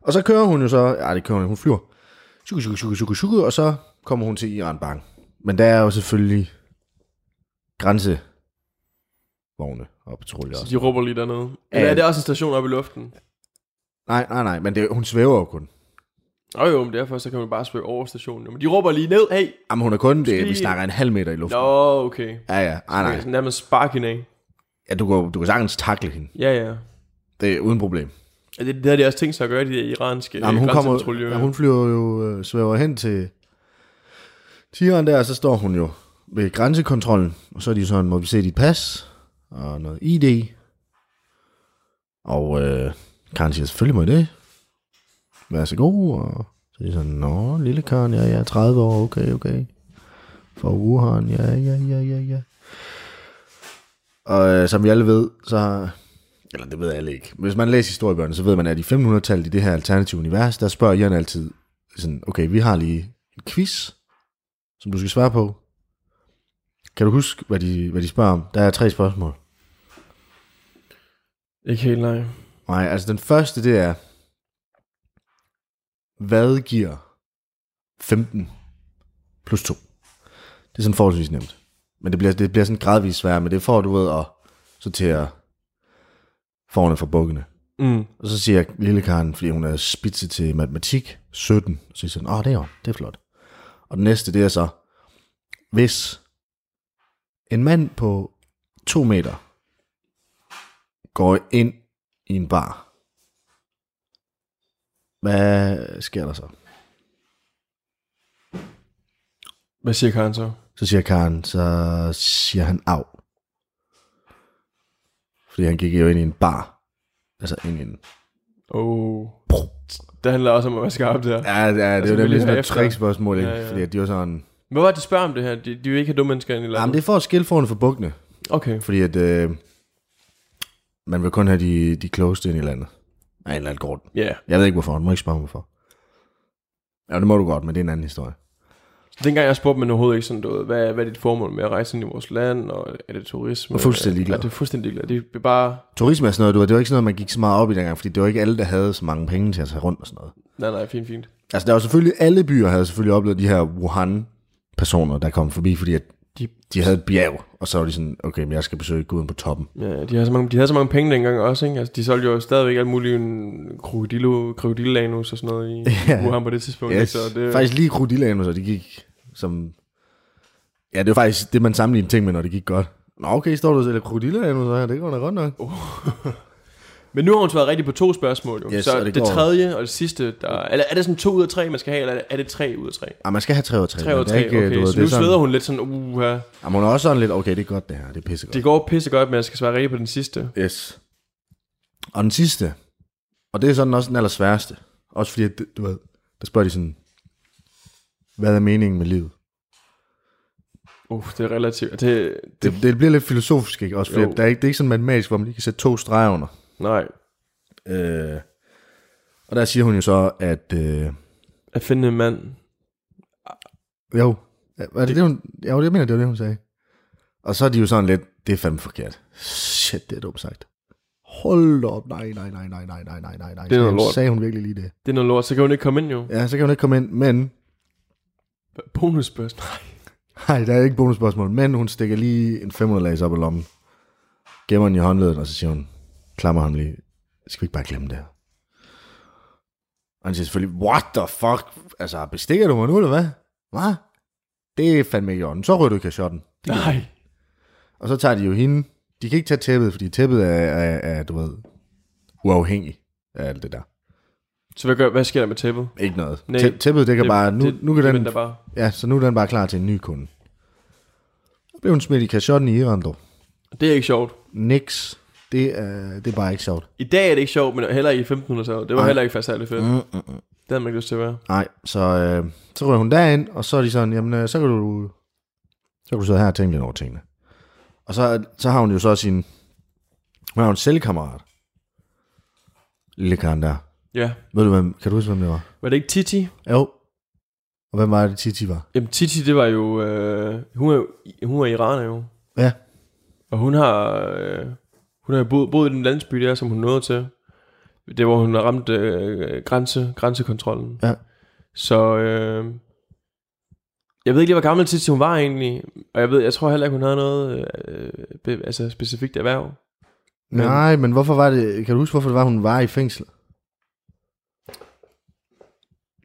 S3: Og så kører hun jo så... Ja, det kører hun. Hun flyver. Shuku, shuku, shuku, shuku, shuku, og så kommer hun til Iran Bang. Men der er jo selvfølgelig grænsevogne og patruljer
S4: Så
S3: også.
S4: de råber lige dernede. Eller er det også en station oppe i luften?
S3: Nej, nej, nej, men det, hun svæver jo kun.
S4: Nå jo, men derfor så kan man bare svømme over stationen. jo. Men de råber lige ned, hey!
S3: Jamen, hun er kun... Det,
S4: Måske-
S3: vi snakker en halv meter i luften.
S4: Nå, okay.
S3: Ja, ja, nej,
S4: Nej.
S3: nej.
S4: Sådan nærmest spark hende af.
S3: Ja, du, kan, du kan sagtens takle hende.
S4: Ja, ja.
S3: Det er uden problem.
S4: Ja, Det, det har de også tænkt sig at gøre, de der iranske
S3: Nej, men hun, kommer,
S4: grænsepatruljer.
S3: ja, hun flyver jo, øh, svæver hen til tigeren der, og så står hun jo ved grænsekontrollen, og så er de sådan, må vi se dit pas, og noget ID, og øh, Karen siger, selvfølgelig må I det, vær så god, og så er de sådan, nå, lille Karen, ja, jeg er 30 år, okay, okay, fra Wuhan, ja, ja, ja, ja, ja. Og øh, som vi alle ved, så eller det ved alle ikke. Hvis man læser historiebøgerne, så ved man, at i 1500-tallet i det her alternative univers, der spørger Jan altid, sådan, okay, vi har lige en quiz, som du skal svare på. Kan du huske, hvad de, hvad de spørger om? Der er tre spørgsmål.
S4: Ikke helt nej.
S3: Nej, altså den første, det er, hvad giver 15 plus 2? Det er sådan forholdsvis nemt. Men det bliver, det bliver sådan gradvist sværere, men det får du ved at sortere forne fra bukkene.
S4: Mm.
S3: Og så siger jeg lille Karen, fordi hun er spidse til matematik, 17. Så siger sådan, åh, det er jo, det er flot. Og den næste, det er så, hvis en mand på to meter går ind i en bar, hvad sker der så?
S4: Hvad siger Karen så?
S3: Så siger Karen, så siger han af. Fordi han gik jo ind i en bar. Altså ind i en...
S4: Oh. Det handler også om at være skarp der. Ja.
S3: Ja, ja det er
S4: Altså,
S3: jo
S4: vi lige
S3: nemlig sådan
S4: har
S3: et
S4: efter-
S3: trickspørgsmål, ikke?
S4: Ja, ja.
S3: Fordi at de var sådan...
S4: Hvad var det, de spørger om det her? De, de vil ikke have dumme mennesker ind i landet.
S3: Jamen, det er for at skille forne for bukkene,
S4: Okay.
S3: fordi at øh, man vil kun have de, de klogeste ind i landet. Af en eller anden grund.
S4: Ja. Yeah.
S3: Jeg ved ikke, hvorfor. Du må ikke spørge mig, hvorfor. Ja, det må du godt, men det er en anden historie.
S4: Dengang jeg spurgte man overhovedet ikke sådan noget, hvad, hvad er dit formål med at rejse ind i vores land, og er det turisme?
S3: Og fuldstændig
S4: Ja,
S3: ligeglad.
S4: det er fuldstændig ligeglad. Det er bare,
S3: Turisme er sådan noget, du ved, det var ikke sådan noget, man gik så meget op i dengang, fordi det var ikke alle, der havde så mange penge til at tage rundt og sådan noget.
S4: nej nej, fint, fint.
S3: Altså, der var selvfølgelig, alle byer havde selvfølgelig oplevet de her Wuhan-personer, der kom forbi, fordi at
S4: De-
S3: de, de havde et bjerg, og så var de sådan, okay, men jeg skal besøge guden på toppen.
S4: Ja, de havde, så mange, de havde så mange penge dengang også, ikke? Altså, de solgte jo stadigvæk alt muligt en krokodillo, krokodillanus og sådan noget i
S3: Ja.
S4: Wuhan på det tidspunkt. ikke?
S3: Yes.
S4: Så
S3: Det...
S4: det,
S3: Faktisk lige krudillanus, og det gik som... Ja, det er jo faktisk
S4: Oh.
S3: det, man sammenligner ting med, når det gik godt. Nå, okay, står du og sælger krudillanus her, det går da godt nok.
S4: Men nu har hun svaret rigtigt på to spørgsmål, jo.
S3: Yes,
S4: så
S3: og
S4: det,
S3: det
S4: det
S3: går.
S4: tredje og det sidste, der, eller er det sådan to ud af tre, man skal have, eller er det, er det tre ud af tre?
S3: Ah, man skal have 3 ud af 3.
S4: Tre ud af
S3: Det er
S4: tre,
S3: ikke, øh,
S4: okay.
S3: du ved,
S4: så
S3: det er
S4: nu
S3: sådan-
S4: sveder hun lidt sådan, uha.
S3: Ah, men hun er også sådan lidt, okay, det er godt det her, det er pissegodt.
S4: Det går pisse godt, men jeg skal svare rigtigt på den sidste.
S3: Yes. Og den sidste, og det er sådan også den allersværeste, også fordi, at det- du ved, der spørger de sådan, hvad er meningen med livet?
S4: Uh, det er relativt. Det,
S3: Det, det bliver lidt filosofisk, ikke? Også fordi,
S4: Jo.
S3: at der er ikke, det er ikke sådan matematisk, hvor man lige kan sætte to streger under.
S4: nej.
S3: Øh, og der siger hun jo så, at... Øh,
S4: At finde en mand.
S3: jo, er det, det, hun, jo, det mener jeg, det var det, hun sagde. Og så er de jo sådan lidt, det er fandme forkert. Shit, det er dumt sagt. Hold da op, nej, nej, nej, nej, nej, nej, nej, nej, nej.
S4: Det er noget lort.
S3: Sagde hun virkelig lige det?
S4: Det er noget lort, så kan hun ikke komme ind jo.
S3: Ja, så kan hun ikke komme ind, men
S4: Bonusspørgsmål. Nej.
S3: Nej, der er ikke bonusspørgsmål, men hun stikker lige en 500 lags op i lommen. Gemmer den i håndledet, og så siger hun, klammer ham lige. Skal vi ikke bare glemme det her? Og han siger selvfølgelig, what the fuck? Altså, bestikker du mig nu, eller hvad? Hvad? Det er fandme ikke i orden. Så ryger du i kashotten.
S4: Nej.
S3: Og så tager de jo hende. De kan ikke tage tæppet, fordi tæppet er, er, er du ved, uafhængig af alt det der.
S4: Så hvad, gør, hvad sker der med tæppet?
S3: Ikke noget.
S4: Nej,
S3: Tæ- tæppet, det kan bare... Nu,
S4: det,
S3: nu kan
S4: det
S3: den
S4: venter bare.
S3: Ja, så nu er den bare klar til en ny kunde. Så blev hun smidt i kashotten i Iran, dog.
S4: Det er ikke sjovt.
S3: Nix. Det er, det er bare ikke sjovt.
S4: I dag er det ikke sjovt, men heller ikke i 1500-tallet. Det var
S3: Nej.
S4: heller ikke faktisk særlig fedt. Mm, mm, mm. Det havde man ikke lyst til at være.
S3: Nej, så, øh, så ryger hun derind, og så er de sådan, jamen øh, så kan du, så kan du sidde her og tænke lidt over tingene. Og så, så har hun jo så sin, hun har jo en selvkammerat. Lille Karen der.
S4: Ja.
S3: Ved du, hvem, kan du huske, hvem det var?
S4: Var det ikke Titi?
S3: Jo. Og hvem var det, Titi var?
S4: Jamen Titi, det var jo... Øh, hun, er, jo- hun er iraner jo.
S3: Ja.
S4: Og hun har... Øh, hun har jo boet, boet i den landsby der, som hun nåede til. Det hvor hun har ramt øh, grænse, grænsekontrollen.
S3: Ja.
S4: Så... Øh, jeg ved ikke lige, hvor gammel Titi hun var egentlig. Og jeg ved, jeg tror heller ikke, hun havde noget øh, be, altså specifikt erhverv. Men-
S3: Nej, men hvorfor var det, kan du huske, hvorfor det var, hun var i fængsel?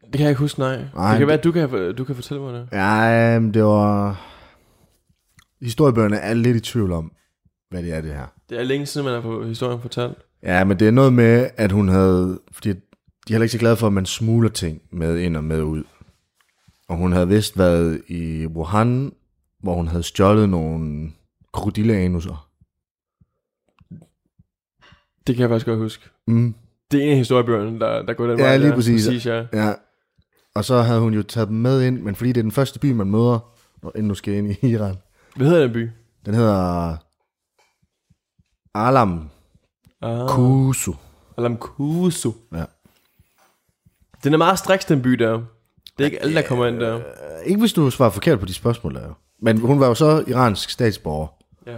S4: Det kan jeg ikke huske, nej. nej
S3: Nej,
S4: det kan
S3: det-
S4: være, at du kan, du kan fortælle mig det.
S3: Ja, øhm, det var, historiebøgerne er lidt i tvivl om, hvad det er, det her.
S4: Det er længe siden, man har fået historien fortalt.
S3: Ja, men det er noget med, at hun havde... Fordi de er heller ikke så glade for, at man smugler ting med ind og med ud. Og hun havde vist været i Wuhan, hvor hun havde stjålet nogle krokodilleanusser.
S4: Det kan jeg faktisk godt huske.
S3: Mm.
S4: Det er en af historiebøgerne, der, der går den
S3: Ja,
S4: vej.
S3: lige
S4: der.
S3: præcis.
S4: præcis ja.
S3: Ja. Og så havde hun jo taget dem med ind, men fordi det er den første by, man møder, når end du skal ind i Iran.
S4: Hvad hedder den by?
S3: Den hedder Alam
S4: Ah,
S3: Kusu.
S4: Alamkusu.
S3: Ja.
S4: Den er meget striks, den by der. Det er ikke alle, der kommer ind der.
S3: Ikke hvis du svarer forkert på de spørgsmål, der er. jo. Men hun var jo så iransk statsborger.
S4: Ja.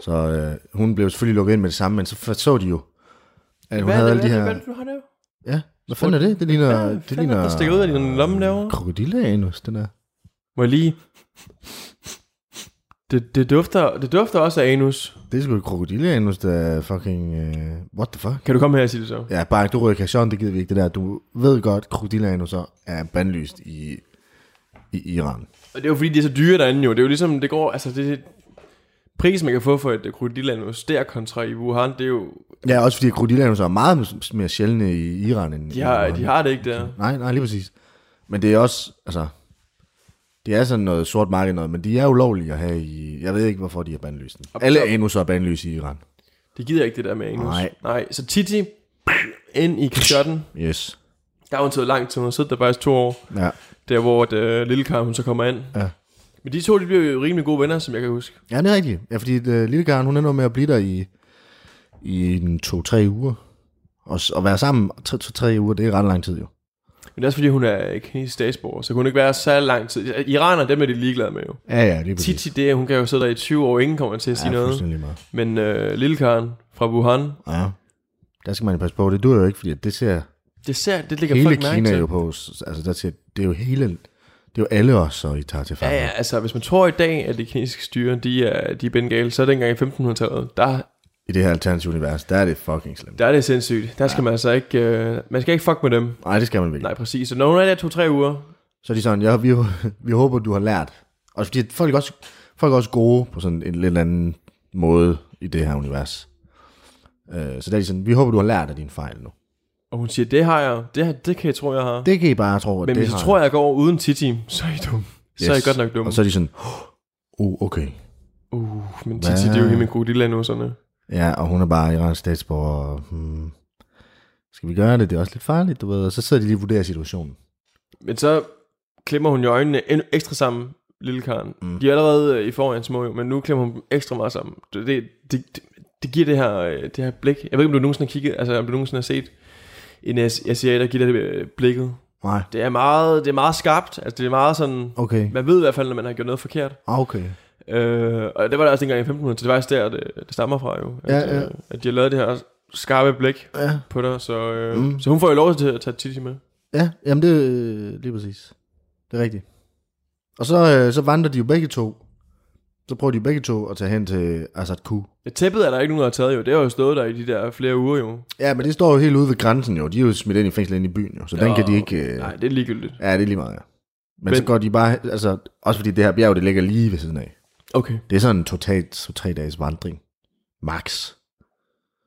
S3: Så øh, hun blev selvfølgelig lukket ind med det samme, men så så de jo, at hun
S4: Hvad
S3: havde
S4: er
S3: alle
S4: det,
S3: de
S4: hvad,
S3: her...
S4: hvad, hvad, har det?
S3: Ja, hvad fanden er det? Det ligner...
S4: Hvad
S3: det
S4: fanden er
S3: ligner
S4: det, der stikker ud af din lomme derovre?
S3: Krokodilleanus, den er.
S4: Må jeg lige... Det, det, dufter, det dufter også af anus.
S3: Det er sgu et krokodilleanus, der er fucking... Øh, what the fuck?
S4: Kan du komme her og sige det så?
S3: Ja, bare du ryger i kasson, det gider vi ikke det der. Du ved godt, krokodilleanusser er bandlyst i, i Iran.
S4: Og det er jo fordi, de er så dyre derinde jo. Det er jo ligesom, det går... Altså, det, pris, man kan få for et krokodillanus der kontra i Wuhan, det er jo...
S3: Ja, også fordi krokodilleanusser er meget m- mere sjældne i Iran end
S4: De
S3: i
S4: har,
S3: Wuhan.
S4: de har det ikke der.
S3: Nej, nej, lige præcis. Men det er også, altså... Det er sådan noget sort marked noget, men de er ulovlige at have i... Jeg ved ikke, hvorfor de er bandlyst. Alle anusser er bandlyst i Iran.
S4: Det gider jeg ikke, det der med anus.
S3: Nej.
S4: Nej, så Titi, ind i kashotten.
S3: Yes.
S4: Der har hun taget lang tid, hun har siddet der faktisk to år.
S3: Ja.
S4: Der hvor det, øh, lille Karen, hun så kommer ind.
S3: Ja.
S4: Men de to, de bliver jo rimelig gode venner, som jeg kan huske.
S3: ja, det er rigtigt. Ja, fordi uh, lille Karen, hun ender med at blive der i, i en to-tre uger. Og, s- at være sammen to- to-tre uger, det er ret lang tid jo.
S4: Men det er også fordi, hun er kinesisk statsborger, så kunne hun ikke være så lang tid. Iraner, dem er de ligeglade med jo.
S3: Ja, ja, lige præcis.
S4: Titi, det, er- hun kan jo sidde der i 20 år, ingen kommer til at sige
S3: ja,
S4: noget.
S3: fuldstændig meget.
S4: Men øh, lille Karen fra Wuhan,
S3: Ja. Der skal man jo passe på, det dur jo ikke, fordi det ser
S4: det, ser, det ligger
S3: hele
S4: folk mærke
S3: Kina
S4: til.
S3: jo på. s- Altså, der ser, det er jo hele... Det er jo alle os, så I tager til fange.
S4: Ja, ja, altså hvis man tror i dag, at det kinesiske styre, de er, de er bengale, så dengang i 1500-tallet, der,
S3: I det her alternative univers, der er det fucking slemt.
S4: der er det sindssygt. Der skal man altså ikke, øh, man skal ikke fuck med dem.
S3: Nej, det skal man ikke.
S4: Nej, præcis. Så når hun er der to-tre uger,
S3: Så er de sådan, ja, vi, vi håber, du har lært. Og fordi at folk er også, folk er også gode på sådan en lidt anden måde i det her univers. Øh, så der er de sådan, vi håber, du har lært af dine fejl nu.
S4: Og hun siger, det har jeg, det, har- det kan jeg tro, jeg har. Det,
S3: Det kan I bare tro, at
S4: Men
S3: det
S4: hvis I
S3: har
S4: tror, jeg går over uden Titi, så er I dum. Yes. Så er I godt nok dumme.
S3: Og så er de sådan, oh, okay.
S4: Uh, men
S3: Hvad?
S4: Titi, det er jo hende med krokodiller nu, sådan noget.
S3: Ja, og hun er bare iransk statsborger, og hmm, skal vi gøre det? Det er også lidt farligt, du ved. Og så sidder de lige og vurderer situationen.
S4: Men så klemmer hun jo øjnene endnu ekstra sammen, lille Karen. Mm. De er allerede øh, i forvejen små, jo, men nu klemmer hun dem ekstra meget sammen. Det, det, det, det giver det her, øh, det her blik. Jeg ved ikke, om du nogensinde har kigget, altså om du nogensinde har set en as- asiater give det øh, blikket.
S3: Nej,
S4: Det er meget, det er meget skarpt. Altså, det er meget sådan...
S3: okay.
S4: Man ved i hvert fald, når man har gjort noget forkert.
S3: Ah, Okay.
S4: Øh, og det var der også dengang i 1500, så det var også der, det, det stammer fra jo. At,
S3: Ja, ja.
S4: øh, at de har lavet det her skarpe blik
S3: Ja,
S4: på dig, så, øh,
S3: Mm.
S4: mm. så hun får jo lov til at tage Titi med.
S3: ja jamen det er lige præcis. Det er rigtigt. Og så, øh, så vandrer de jo begge to. Så prøver de begge to at tage hen til Assad Q.
S4: Ja, tæppet er der ikke nogen, der har taget jo. Det har jo stået der i de der flere uger jo.
S3: Ja, men det står jo helt ude ved grænsen jo. De er jo smidt ind i fængslet inde i byen jo, så den
S4: Nå,
S3: kan de ikke... Øh...
S4: Nej, det er ligegyldigt.
S3: Ja, det er lige meget, ja. Men, men, så
S4: Men-
S3: går de bare... Altså, også fordi det her bjerg, det ligger lige ved siden af.
S4: Okay.
S3: Det er sådan en totalt to-tre dages vandring. Max.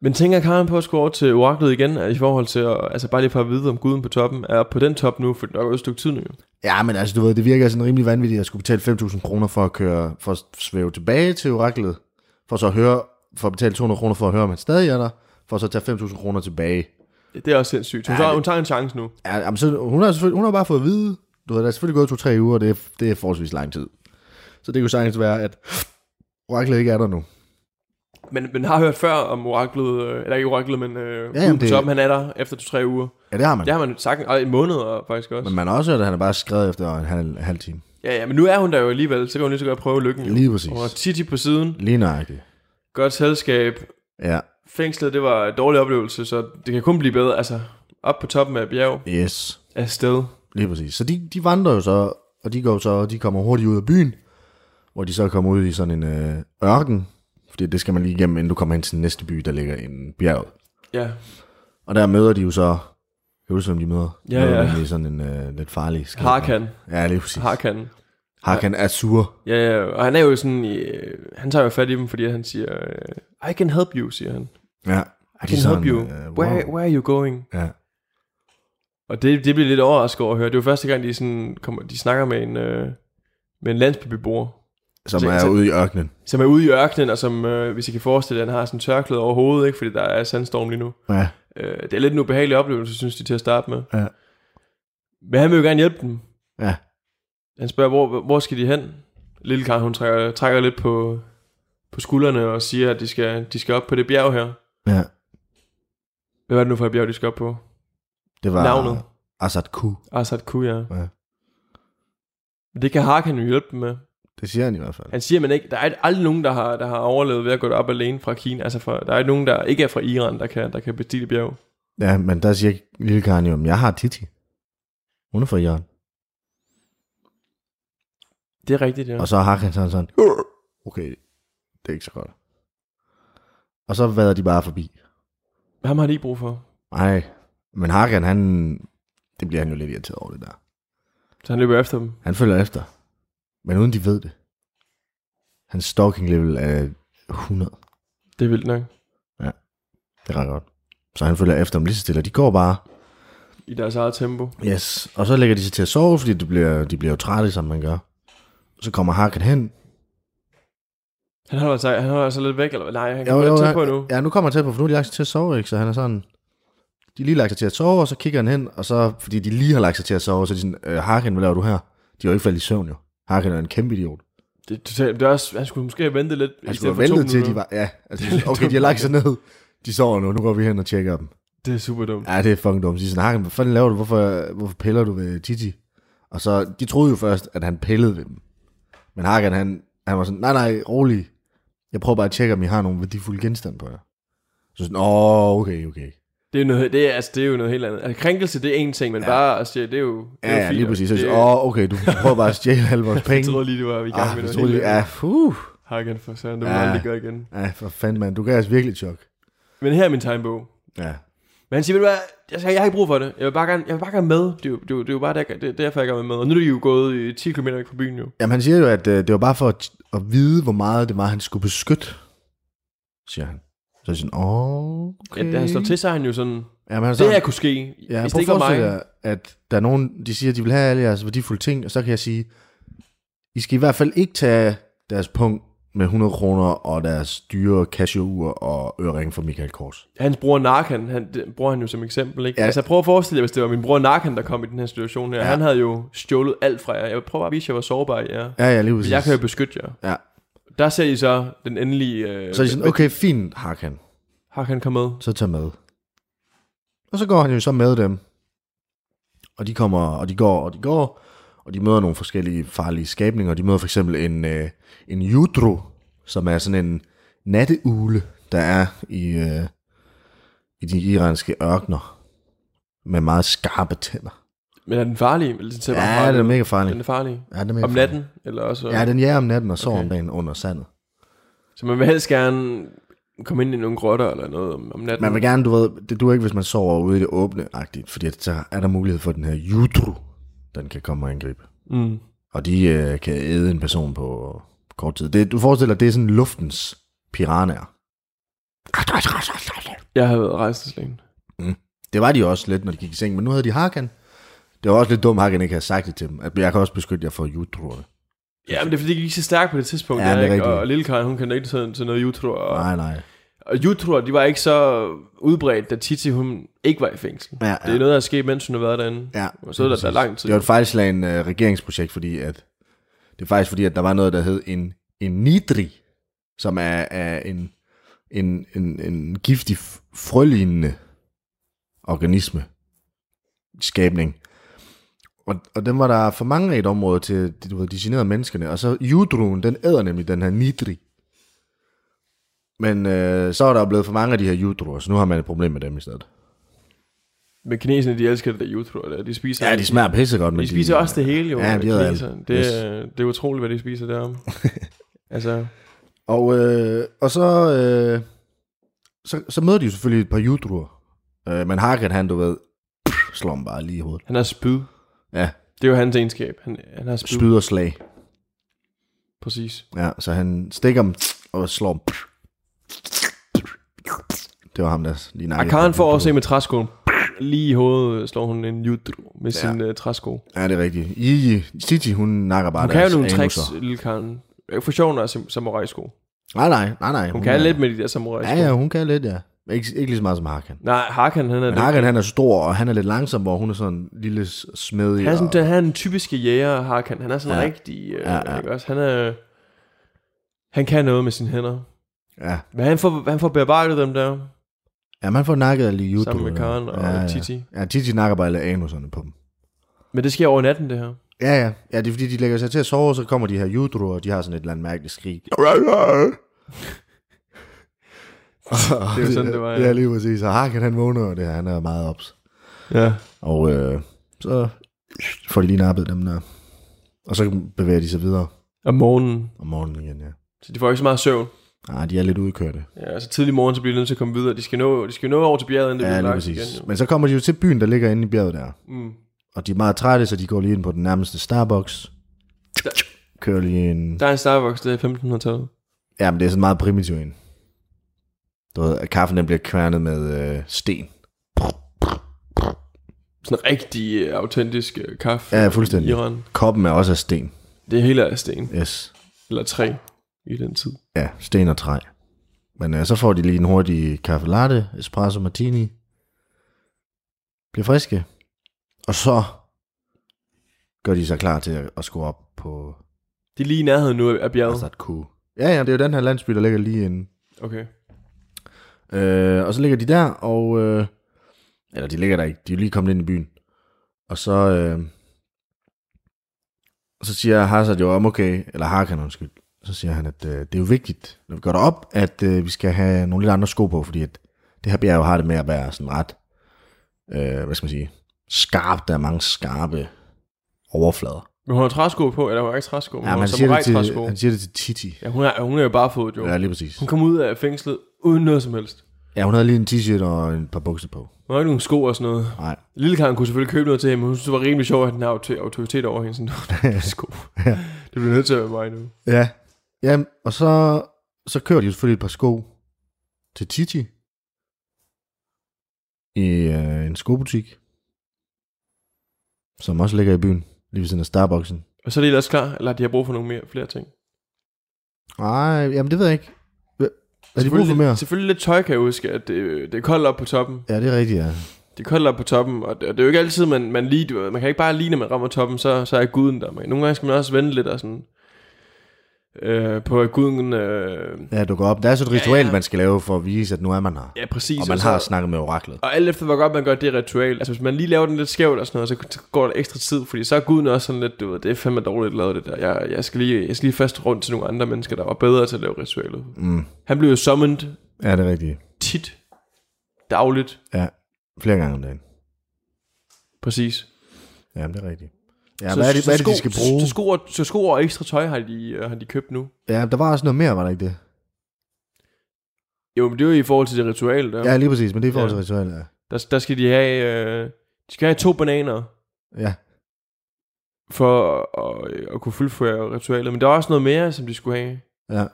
S4: Men tænker Karen på at skulle over til oraklet igen, i forhold til at, altså bare lige for at vide, om guden på toppen er oppe på den top nu, for der er jo et stykke tid nu jo.
S3: Ja, men altså, du ved, det virker sådan rimelig vanvittigt at skulle betale 5.000 kroner for at køre, for at svæve tilbage til oraklet, for så at høre, for at betale 200 kroner for at høre, om han stadig er der, for så at tage 5.000 kroner tilbage.
S4: Det er også sindssygt. Hun,
S3: Ja,
S4: ja, tager,
S3: det-
S4: hun tager en chance nu.
S3: Ja, jamen, så, hun, har selvfølgelig, hun har bare fået at vide, du ved, der er selvfølgelig gået to-tre uger, og det er, det er forholdsvis lang tid. Så det kunne sagtens være, at oraklet ikke er der nu.
S4: Men, men har hørt før om oraklet, øh, eller ikke oraklet, men øh,
S3: jamen,
S4: ja, guden på
S3: det-
S4: toppen, han er der efter to-tre uger.
S3: Ja, det har man.
S4: Det har man sagt og i måneder faktisk også.
S3: Men man har også hørt, at han er bare skrevet efter en halv, halv time.
S4: Ja, ja, men nu er hun der jo alligevel, så kan hun lige så godt prøve lykken. jo.
S3: Lige præcis.
S4: Hun har Titi på siden,
S3: Lige nøjagtigt.
S4: godt selskab.
S3: Ja,
S4: Fængslet, det var en dårlig oplevelse, så det kan kun blive bedre. Altså, op på toppen af et bjerg,
S3: yes.
S4: af sted.
S3: Lige præcis. Så de, de vandrer jo så, og de går jo så, og de kommer hurtigt ud af byen, hvor de så kommer ud i sådan en øh, ørken, fordi det skal man lige igennem, inden du kommer hen til den næste by, der ligger i bjerget.
S4: Ja,
S3: Og der møder de jo så, jeg husker, hvem de møder.
S4: Ja,
S3: Møder
S4: ja.
S3: nemlig sådan en øh, lidt farlig skæbne.
S4: Harkan.
S3: Ja, lige præcis. Harkan,
S4: Harkan.
S3: Harkan er sur.
S4: Ja, ja, og han er jo sådan, øh, han tager jo fat i dem, fordi han siger, øh, I can help you, siger han.
S3: Ja.
S4: I can help you. Where, where are you going?
S3: øh, Ja.
S4: Og det, det bliver lidt overrasket over at høre. Det er jo første gang, de, sådan, kommer, de snakker med en, øh, med en landsbybeboer.
S3: Som
S4: Så-
S3: er
S4: så-
S3: ude i ørkenen.
S4: som er ude i ørkenen, og som, øh, hvis I kan forestille jer, han har sådan en tørklæde over hovedet, ikke? fordi der er sandstorm lige nu.
S3: Ja.
S4: Øh, det er lidt en ubehagelig oplevelse, synes de til at starte med.
S3: Ja.
S4: Men han vil jo gerne hjælpe dem.
S3: Ja.
S4: Han spørger, hvor, hvor skal de hen? Lille Karen, hun trækker, trækker lidt på, på skuldrene og siger, at de skal, de skal op på det bjerg her.
S3: ja.
S4: Hvad var det nu for et bjerg, de skal op på?
S3: Det var
S4: Navnet?
S3: Assad Q.
S4: Asad Kuya.
S3: Ja.
S4: Men Det kan Harkan jo hjælpe dem med.
S3: Det siger han i hvert fald.
S4: Han siger, man ikke, der er aldrig nogen, der har, der har overlevet ved at gå op alene fra Kina. Altså, fra, der er ikke nogen, der ikke er fra Iran, der kan, der kan bestige det bjerg.
S3: Ja, men der siger lille Karen jo, "Men jeg har Titi. Hun er fra Jørgen.
S4: Det er rigtigt, ja.
S3: Og så har han sådan sådan, okay, det er ikke så godt. Og så vader de bare forbi.
S4: Ham har de ikke brug for.
S3: Nej, men Hakan, han, det bliver han jo lidt irriteret over det der.
S4: Så han løber efter dem.
S3: Han følger efter, men uden de ved det. Hans stalking level er 100.
S4: Det er vildt nok.
S3: Det er ret godt. Så han følger efter dem lige så stille, og de går bare.
S4: I deres eget tempo.
S3: Yes, og så lægger de sig til at sove, fordi de bliver, de bliver jo trætte, som man gør. Så kommer Hakan hen.
S4: Han holder sig, han holder sig lidt væk, eller hvad? Nej, han kan jo, tæt på nu.
S3: ja, nu kommer han tæt på, for nu er de lagt sig til at sove, ikke? Så han er sådan... De er lige lagt sig til at sove, og så kigger han hen, og så, fordi de lige har lagt sig til at sove, så er de sådan, øh, Harkin, hvad laver du her? De er jo ikke faldet i søvn, jo. Harkin er en kæmpe idiot.
S4: Det, er totalt, det er også, han skulle måske have ventet lidt. i
S3: Han skulle
S4: stedet
S3: have
S4: for to
S3: ventet til, de
S4: minutter.
S3: var... Ja, altså,
S4: Det er lidt
S3: okay, de har lagt sig ned. De sover nu, nu går vi hen og tjekker dem.
S4: Det er super dumt.
S3: Ja, det er fucking dumt. Så de er sådan, Harkin, hvad fanden laver du? Hvorfor, hvorfor piller du ved Titi? Og så, de troede jo først, at han pillede ved dem. Men Harkin, han, han var sådan, nej, nej, rolig. Jeg prøver bare at tjekke, om I har nogle værdifulde genstande på jer. Så sådan, åh, okay, okay.
S4: Det er, noget, det, er, altså, det er jo noget helt andet. Altså, krænkelse, det er en ting, men ja. bare at sige, det er jo, det er
S3: Ja,
S4: jo
S3: ja
S4: fint
S3: lige
S4: nok.
S3: præcis. Så
S4: Det,
S3: Åh, oh, okay, du prøver bare at stjæle alle vores
S4: jeg
S3: penge.
S4: troede lige, det var vi i gang
S3: ah, jeg
S4: med noget
S3: troede,
S4: helt
S3: ja,
S4: andet.
S3: uh.
S4: Hakken for søren, det må
S3: Ja.
S4: ja. aldrig gøre igen.
S3: ja, for fanden, mand. Du gav os virkelig chok.
S4: Men her er min timebog.
S3: Ja.
S4: Men han siger, ved du hvad, jeg, jeg har ikke brug for det. Jeg vil bare gerne, jeg vil bare gerne med. Det er jo, det er jo, det er jo bare der, det er derfor, jeg gerne vil med. Og nu er de jo gået øh, 10 km væk fra byen jo.
S3: Jamen, han siger jo, at øh, det var bare for at, at vide, hvor meget det var, han skulle beskytte, siger han. Så er de sådan, åh, okay.
S4: Ja, da han står til, så er han jo sådan,
S3: Ja, men han er
S4: det
S3: sådan,
S4: her kunne ske,
S3: ja,
S4: hvis
S3: prøv at
S4: det ikke var mig.
S3: forestille dig, at der er nogen, de siger, at de vil have alle jeres værdifulde ting, og så kan jeg sige, I skal i hvert fald ikke tage deres punkt med 100 kroner og deres dyre cashewur og øreringe fra Michael Kors.
S4: Hans bror Narkan, han, det bruger han jo som eksempel, ikke? Ja.
S3: Ja.
S4: Altså prøv at forestille jer, hvis det var min bror Narkan, der kom i den her situation her. Ja.
S3: Ja.
S4: Han havde jo stjålet alt fra jer. Jeg prøver bare at vise jer, hvor sårbar I er.
S3: Ja, ja, lige præcis.
S4: Jeg kan jo beskytte jer.
S3: Ja.
S4: Der ser I så den endelige... Øh,
S3: Så er de sådan, okay, fint, Harkan.
S4: Har han kommet med?
S3: så tag med. Og så går han jo så med dem. Og de kommer, og de går, og de går, og de møder nogle forskellige farlige skabninger. De møder for eksempel en, øh, en judro, som er sådan en natteugle, der er i, øh, i de iranske ørkner med meget skarpe tænder.
S4: Men er den farlig? Eller den ser bare
S3: Ja,
S4: farlig
S3: den er
S4: ud?
S3: mega farlig.
S4: Den er farlig.
S3: Ja, den er mega
S4: Om
S3: farlig.
S4: natten? Eller også,
S3: Ja, den jager om natten og sover okay.
S4: Okay.
S3: om dagen under sandet.
S4: Så man vil helst gerne komme ind i nogle grotter eller noget om, om natten.
S3: Man vil gerne, du ved, det duer ikke, hvis man sover ude i det åbne-agtigt, fordi så er der mulighed for at den her judro, den kan komme og angribe.
S4: Mm.
S3: Og de øh, kan æde en person på kort tid. Det, du forestiller dig, det er sådan luftens piranhaer.
S4: Jeg har været rejseslængen.
S3: Det var de også lidt, når de gik i seng, men nu havde de Harkan. Det var også lidt dumt, Harkan ikke havde sagt det til dem. At jeg kan også beskytte jer for judruerne.
S4: Ja, men det er fordi, de er ikke så stærke på det tidspunkt.
S3: Ja,
S4: Ja,
S3: det er
S4: det ikke?
S3: rigtigt.
S4: Og, og lille Karen, hun kan ikke til, til noget jutro. Og,
S3: Nej, nej.
S4: og jutroer, de var ikke så udbredt, da Titi, hun ikke var i fængsel.
S3: Ja, ja.
S4: Det er noget, der er sket, mens hun har været derinde.
S3: Ja,
S4: Og så er der, der er lang tid.
S3: Det var et fejlslagen øh, regeringsprojekt, fordi at, det er faktisk fordi, at der var noget, der hed en, en nidri, som er, er en, en, en, en giftig f- frølignende organisme, skabning. Og, og den var der for mange af i et område til, du ved, de generede menneskerne. Og så judruen, den æder nemlig den her nidri. Men øh, så er der jo blevet for mange af de her judruer, så nu har man et problem med dem i stedet.
S4: Men kineserne, de elsker det der jutro. Der. De spiser,
S3: Ja, de smager pissegodt, men
S4: de spiser også det hele, jo.
S3: Ja, de æder alt.
S4: kinesere. det, er, det er utroligt, hvad de spiser derom. altså,
S3: Og, øh, og så, øh, så, så møder de jo selvfølgelig et par judruer. Øh, men Harkin, han, du ved, slår dem bare lige i hovedet.
S4: han har spyd.
S3: Ja,
S4: Det er jo hans egenskab. Han, han har spyd.
S3: spyd og slag.
S4: Præcis.
S3: Ja, så han stikker dem og slår dem. Det var ham, der lige nakkede.
S4: Akaren får også en med træskoen. Lige i hovedet øh, slår hun en jutro med ja.
S3: Ja.
S4: sin uh, træsko. Hun
S3: Ja, det er rigtigt. Gigi, Gigi, hun nakker bare
S4: kan jo
S3: deres
S4: nogle tricks,
S3: anusser.
S4: lille Karen. Øh, For sjov, når jeg er samurai-sko. Hun,
S3: Nej, nej, nej, nej.
S4: hun kan
S3: er-
S4: lidt med de der samurai-sko.
S3: Ja, ja, hun kan lidt, ja. Ikke, ikke lige så meget som Harkin.
S4: Nej, Harkan, han er
S3: Men
S4: det.
S3: Harkin, han er stor, og han er lidt langsom, hvor hun er sådan en lille smedig.
S4: Han er, sådan,
S3: og,
S4: den, han er den typiske jæger, Harkan. Han er sådan ja.
S3: Ja.
S4: rigtig... Øh, ja,
S3: Ja,
S4: ja.
S3: ja.
S4: Ikke også? Han er... Han kan noget med sine hænder.
S3: ja.
S4: Men han får, han får bearbejdet dem der,
S3: ja, man får nakket alle de judruer.
S4: sammen med Karen og
S3: ja, ja.
S4: Titi.
S3: Ja, Titi nakker bare alle anuserne på dem.
S4: Men det sker over natten, det her.
S3: Ja, ja. Ja, det er fordi, de lægger sig til at sove, og så kommer de her judruer, og de har sådan et eller andet mærkeligt skrig.
S4: Det er jo sådan, det var, ja.
S3: Ja, ja lige præcis. Og Harkin, han vågner, og det her, han er meget ops.
S4: Ja.
S3: Og øh, så får de lige nappet dem der. Og så bevæger de sig videre
S4: Om morgenen.
S3: om morgenen igen, ja.
S4: Så de får ikke så meget søvn.
S3: Nej, de er lidt udkørte.
S4: Ja, så tidlig morgen, så bliver de nødt til at komme videre. De skal nå, de skal nå over til bjerget, inden det
S3: Ja,
S4: bliver
S3: lige
S4: mørkt
S3: præcis.
S4: jo.
S3: Men så kommer de jo til byen, der ligger inde i bjerget der.
S4: Mm.
S3: Og de er meget trætte, så de går lige ind på den nærmeste Starbucks.
S4: Der-
S3: Kører lige en
S4: Der er en Starbucks, der er i 1500-tallet.
S3: Ja, men det er sådan meget primitiv en. Du ved, at kaffen den bliver kværnet med øh, sten.
S4: Sådan en rigtig øh, autentisk øh, kaffe.
S3: Ja, fuldstændig.
S4: i Iran.
S3: Koppen er også af sten.
S4: Det hele er sten.
S3: Yes.
S4: Eller træ i den tid.
S3: Ja, sten og træ. Men øh, så får de lige en hurtig kaffe latte, espresso martini. Bliver friske. Og så gør de sig klar til at, at score op på
S4: Det er lige i nærheden nu af af bjerget.
S3: Azad Q. Ja, ja, det er jo den her landsby, der ligger lige inde.
S4: Okay.
S3: Øh, og så ligger de der, og... Øh, eller de ligger der ikke, de er jo lige kommet ind i byen. Og så... Øh, og så siger Hazard jo, om okay, eller Harkan undskyld. Så siger han, at øh, det er jo vigtigt, når vi går derop, at øh, vi skal have nogle lidt andre sko på, fordi at det her bjerg jo har det med at være sådan ret, øh, hvad skal man sige, skarpt. Der er mange skarpe overflader.
S4: Men hun har træsko på, eller hun har ikke træsko, men ja,
S3: Ja,
S4: hun
S3: men
S4: har
S3: han siger, det
S4: samurai-træsko.
S3: til, han siger det til Titi.
S4: Ja, hun er, hun er jo bare fået, jo.
S3: Ja, lige præcis.
S4: Hun kom ud af fængslet uden noget som helst.
S3: Ja, hun havde lige en t-shirt og en par bukser på.
S4: Hun har ikke nogen sko og sådan noget.
S3: Nej.
S4: Lille Karen kunne selvfølgelig købe noget til hende, men hun synes, det var rimelig sjovt, at den har auto- autoritet over hende. Sådan, "Nå, der er sko. Det bliver nødt til at være mig nu.
S3: Ja. Ja, og så, så kører de selvfølgelig et par sko til Titi i øh, en skobutik, som også ligger i byen, lige ved siden af Starbucksen.
S4: Og så er det ellers klar, eller de har brug for nogle mere, flere ting.
S3: Nej, jamen det ved jeg ikke. Hva- Hvad er de brug for mere?
S4: Selvfølgelig lidt tøj, kan jeg huske, at øh, det, det er koldt op på toppen.
S3: Ja, det er rigtigt, ja.
S4: Det er koldt op på toppen, og det, og det er jo ikke altid, man, man lige, du ved, man kan ikke bare lige, når man rammer toppen, så, så er guden der. Man, nogle gange skal man også vente lidt og sådan, øh, på at guden... Øh,
S3: Ja, du går op. Der er så et ritual, ja, ja. man skal lave for at vise, at nu er man her.
S4: ja, præcis.
S3: og man
S4: så-
S3: har snakket med oraklet.
S4: Og alt efter, hvor godt man gør det ritual. Altså, hvis man lige laver den lidt skævt og sådan noget, så så går der ekstra tid, fordi så er guden også sådan lidt, du ved, det er fandme dårligt lavet det der. Jeg, jeg, skal lige, jeg skal lige først rundt til nogle andre mennesker, der var bedre til at lave ritualet.
S3: Mm.
S4: Han blev jo summoned
S3: Ja, det er rigtigt.
S4: tit, dagligt,
S3: Ja, flere gange om dagen.
S4: præcis.
S3: Ja, det er rigtigt. Ja, hvad er det, hvad er det de skal bruge?
S4: Så sko, og, så sko og ekstra tøj har de, øh, har de købt nu.
S3: Ja, der var også noget mere, var der ikke det?
S4: Jo, men det er jo i forhold til det ritual der.
S3: Ja, lige præcis, men det er i forhold
S4: Ja.
S3: til ritualet. Ja.
S4: Der, der skal de have, øh, de skal have to bananer
S3: ja.
S4: for at, øh, at, at kunne fuldføre ritualet. Men der er også noget mere, som de skulle have.
S3: ja.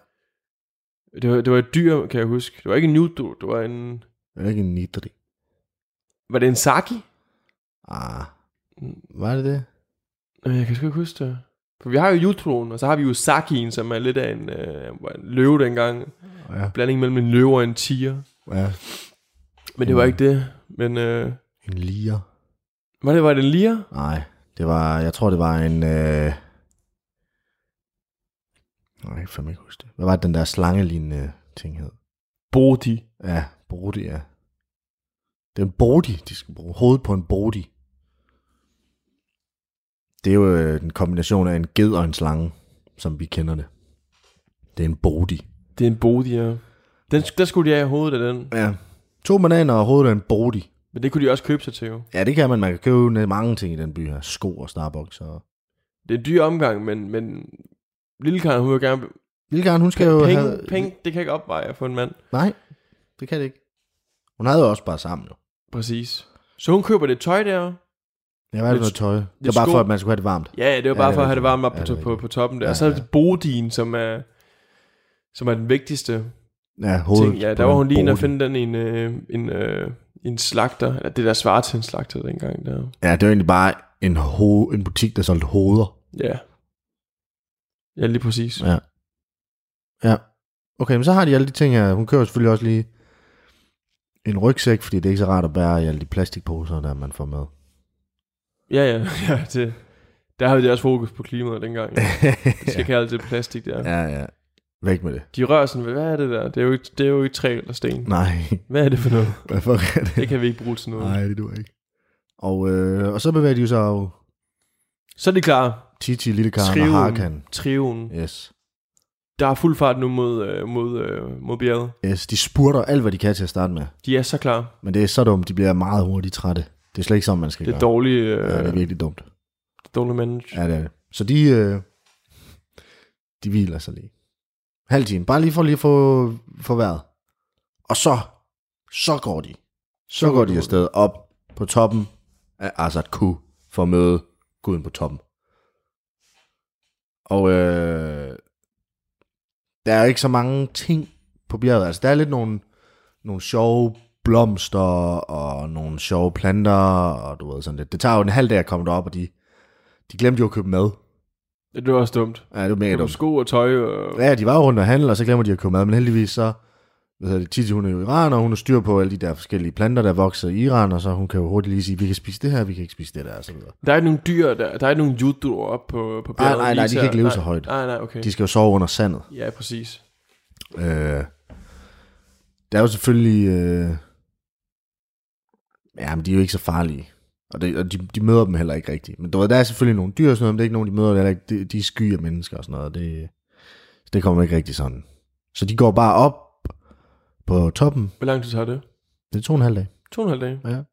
S4: Det var, det var et dyr, kan jeg huske. Det var ikke en nudo, det var en...
S3: Det er ikke en nidri.
S4: Var det en saki?
S3: Ah,
S4: Mm,
S3: var det det?
S4: øh, Jeg kan sgu ikke huske det. For vi har jo jutroen, og så har vi jo sakien, som er lidt af en, øh, var en løve dengang.
S3: Ja.
S4: Blanding mellem en løve og en tiger.
S3: ja.
S4: Men det var ikke det. Men øh,
S3: En lier.
S4: var det, var det en lier?
S3: Nej, det var, jeg tror det var en, øh... Nej, jeg kan fandme ikke huske det. Hvad var det, den der slangelignende ting hed?
S4: Bodi.
S3: Ja, Brody, ja. Det er en Brody, de skal bruge. Hovedet på en Brody. Det er jo øh, en kombination af en ged og en slange, som vi kender det. Det er en Brody.
S4: Det er en bodi, ja. Den, der skulle de have i hovedet af den.
S3: Ja. To bananer og hovedet af en Brody.
S4: Men det kunne de også købe sig til jo.
S3: Ja, det kan man. Man kan købe net- mange ting i den by her. Sko og Starbucks. Og...
S4: Det er en dyr omgang, men, men lille Karen, hun vil gerne...
S3: Lille Karen, hun skal jo
S4: Penge,
S3: have...
S4: penge, det kan ikke opveje for en mand.
S3: Nej, det kan det ikke. Hun havde jo også bare sammen, jo.
S4: Præcis. Så hun køber det tøj der.
S3: Ja, hvad er det
S4: Lidt-
S3: noget tøj? Det
S4: lidt
S3: var bare
S4: sko.
S3: for, at man skulle have det varmt.
S4: Ja, det var
S3: Ja,
S4: bare
S3: det er
S4: for at have
S3: rigtigt.
S4: det varmt op
S3: Ja,
S4: på,
S3: det er
S4: to- på,
S3: rigtigt.
S4: på toppen der.
S3: Ja,
S4: og så er
S3: ja.
S4: det bodien, som er, som er den vigtigste
S3: Ja, hovedet.
S4: ting. Ja,
S3: på
S4: der var
S3: en
S4: hun lige inde og
S3: bolig.
S4: finde den i en, øh, en, øh, en slagter, eller det der svarer til en slagter dengang der.
S3: Ja, det var egentlig bare en, ho- en butik, der solgte hoveder.
S4: Ja. Ja, lige præcis.
S3: Ja. Ja. Okay, men så har de alle de ting her. Hun kører selvfølgelig også lige en rygsæk, fordi det er ikke så rart at bære i alle de plastikposer, der man får med.
S4: Ja, ja, ja det, der havde de også fokus på klimaet dengang. Ja. Det skal
S3: ja.
S4: ikke have alt det plastik der.
S3: ja, ja. Væk med det.
S4: De rører sådan, hvad er det der? Det er jo ikke, det er jo ikke træ eller sten.
S3: Nej,
S4: Hvad er det for noget?
S3: hvad for er det?
S4: Det kan vi ikke bruge til noget.
S3: Nej, det du ikke. Og, øh, og så bevæger de jo sig jo
S4: Så er de klar.
S3: Titi, Lille Karen og
S4: Triven.
S3: Harkan.
S4: Triven.
S3: Yes. der
S4: Der er fuld fart nu mod, øh, mod, øh, mod bjerget.
S3: Yes, de spurter alt, hvad de kan til at starte med.
S4: De er så klar.
S3: Men det er så dumt, de bliver meget hurtigt trætte. Det er slet ikke sådan, man skal
S4: Det er
S3: gøre.
S4: dårlige, øh,
S3: Ja, det er virkelig dumt.
S4: dårlige manage.
S3: Ja, det er det. Så de, øh, de hviler sig lige. Halv time. Bare lige for lige at få, få vejret. Og så, så går de. Så, så går de afsted op på toppen af Azad Q for at møde guden på toppen. Og øh, der er ikke så mange ting på bjerget. Altså, der er lidt nogle, nogle sjove blomster og nogle sjove planter, og du ved sådan lidt. Det tager jo en halv dag at komme derop, og de, de glemte jo at købe mad.
S4: Ja, det var også dumt.
S3: Ja, det var mega
S4: Det var
S3: dumt.
S4: sko og tøj. Og...
S3: Ja, de var jo rundt og handle, og så glemmer de at købe mad, men heldigvis så, hvad hedder det, Titi, hun er jo iran, og hun har styr på alle de der forskellige planter, der vokser i Iran, og så hun kan jo hurtigt lige sige, vi kan spise det her, vi kan ikke spise det der, og så videre.
S4: Der er ikke nogen dyr, der, der er ikke nogen judoer op på, på bjerget.
S3: nej,
S4: lige
S3: nej, de
S4: til
S3: kan
S4: at-
S3: ikke leve
S4: nej,
S3: så højt.
S4: Nej, nej, okay.
S3: De skal jo sove under sandet.
S4: Ja, præcis.
S3: Øh, der er jo selvfølgelig, øh, ja, men de er jo ikke så farlige. Og, det, og de, de møder dem heller ikke rigtigt. Men du ved, der er selvfølgelig nogle dyr og sådan noget, men det er ikke nogen, de møder. Det er heller ikke, de, de er sky af mennesker og sådan noget. Det, så det kommer ikke rigtig sådan. Så de går bare op på toppen.
S4: Hvor lang tid tager det?
S3: Det er to og en halv dag.
S4: To og en halv dag.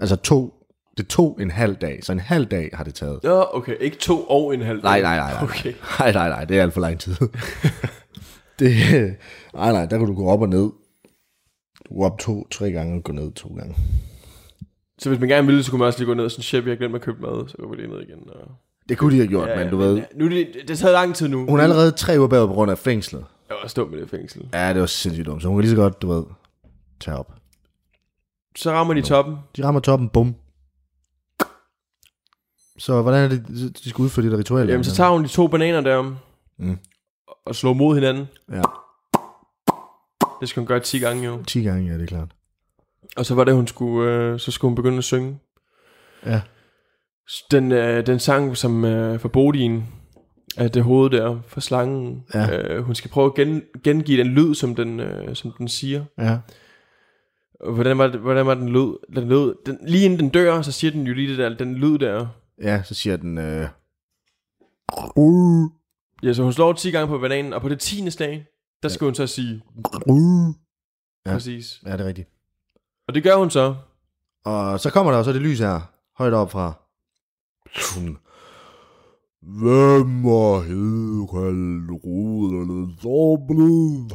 S3: Altså to, det tog en halv dag, så en halv dag har det taget.
S4: Ja, okay. Ikke to og en halv dag.
S3: Nej, nej, nej, nej.
S4: Okay.
S3: Nej, nej, nej, det er alt for lang tid. det, nej, nej, der kunne du gå op og ned. Du kunne op to, tre gange og gå ned to gange.
S4: Så hvis man gerne ville, så kunne man også lige gå ned og sådan, shit, vi har glemt at købe mad, så går vi lige ned igen. Og...
S3: Det kunne de have gjort, ja, men du ved,
S4: Nu, er det, det tager lang tid nu.
S3: hun er allerede tre uger bagud på grund af fængslet.
S4: Jeg var stå med det fængsel.
S3: Ja, det var sindssygt dumt, så hun kan lige så godt, du ved, tage op.
S4: Så rammer de toppen.
S3: De rammer toppen, bum. Så hvordan er det, de skal udføre det der ritual?
S4: Jamen, så tager hun de to bananer derom
S3: Mm.
S4: og slår mod hinanden.
S3: Ja.
S4: Det skal hun gøre 10 gange jo.
S3: 10 gange, ja, det er klart.
S4: Og så var det, hun skulle, øh, så skulle hun begynde at synge.
S3: Ja.
S4: Den, øh, den sang, som øh, for Bodien, at det hoved der for slangen,
S3: Ja.
S4: øh, hun skal prøve at gen, gengive den lyd, som den, øh, som den siger.
S3: Ja.
S4: Og Hvordan var, det, hvordan var den lyd? Den lød, den, lige inden den dør, så siger den jo lige det der, den lyd der.
S3: Ja, så siger den... Øh,
S4: Ja, så hun slår 10 gange på bananen, og på det 10. slag, der skal hun så sige, ja.
S3: Ja.
S4: præcis.
S3: ja, det er rigtigt.
S4: Og det gør hun så.
S3: Og så kommer der jo så det lys her, højt op fra. Hvem er hedkaldruderne dobbelt?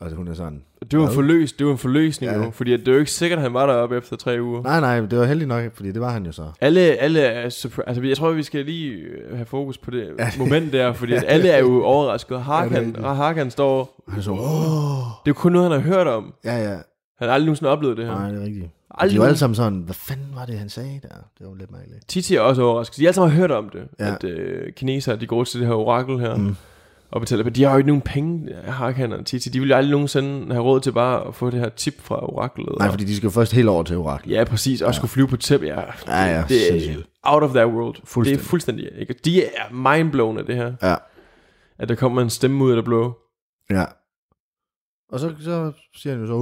S3: Altså hun er sådan.
S4: Det var, en
S3: Hvad?
S4: forløs, det var en forløsning
S3: Ja.
S4: ja. jo, fordi at det er jo ikke sikkert, at han var deroppe efter tre uger.
S3: Nej, nej, det var heldigt nok, fordi det var han jo så.
S4: Alle, alle er surpri- altså, jeg tror, vi skal lige øh, have fokus på det moment der, fordi at alle er jo overrasket. Harkan, ja, Harkan står,
S3: Han er så, åh.
S4: det er jo kun noget, han har hørt om.
S3: Ja, ja,
S4: Han har aldrig nogensinde oplevet det her.
S3: nej, det er rigtigt. Og
S4: Aldrig
S3: de er jo
S4: nogen-
S3: alle sammen sådan, hvad fanden var det, han sagde der? Det var jo lidt mærkeligt.
S4: Titi er også overrasket. De har alle sammen hørt om det,
S3: Ja.
S4: ja. at øh, kinesere, de går til det her orakel her.
S3: Mm.
S4: Mm. Og betaler, men de har jo ikke nogen penge, Harkan og Titi. De ville jo aldrig nogensinde have råd til bare at få det her tip fra oraklet.
S3: Nej,
S4: Og-
S3: fordi de skal jo først helt over til oraklet.
S4: Ja, præcis. Og ja. skulle flyve på tæp. Ja,
S3: Ja, ja,
S4: det er
S3: sindssygt.
S4: out of that world.
S3: Fuldstændig.
S4: Det er fuldstændig. Ikke? De er mindblown af det her.
S3: Ja.
S4: At der kommer en stemme ud af det blå.
S3: Ja. Og så, så siger han jo så... "Øh,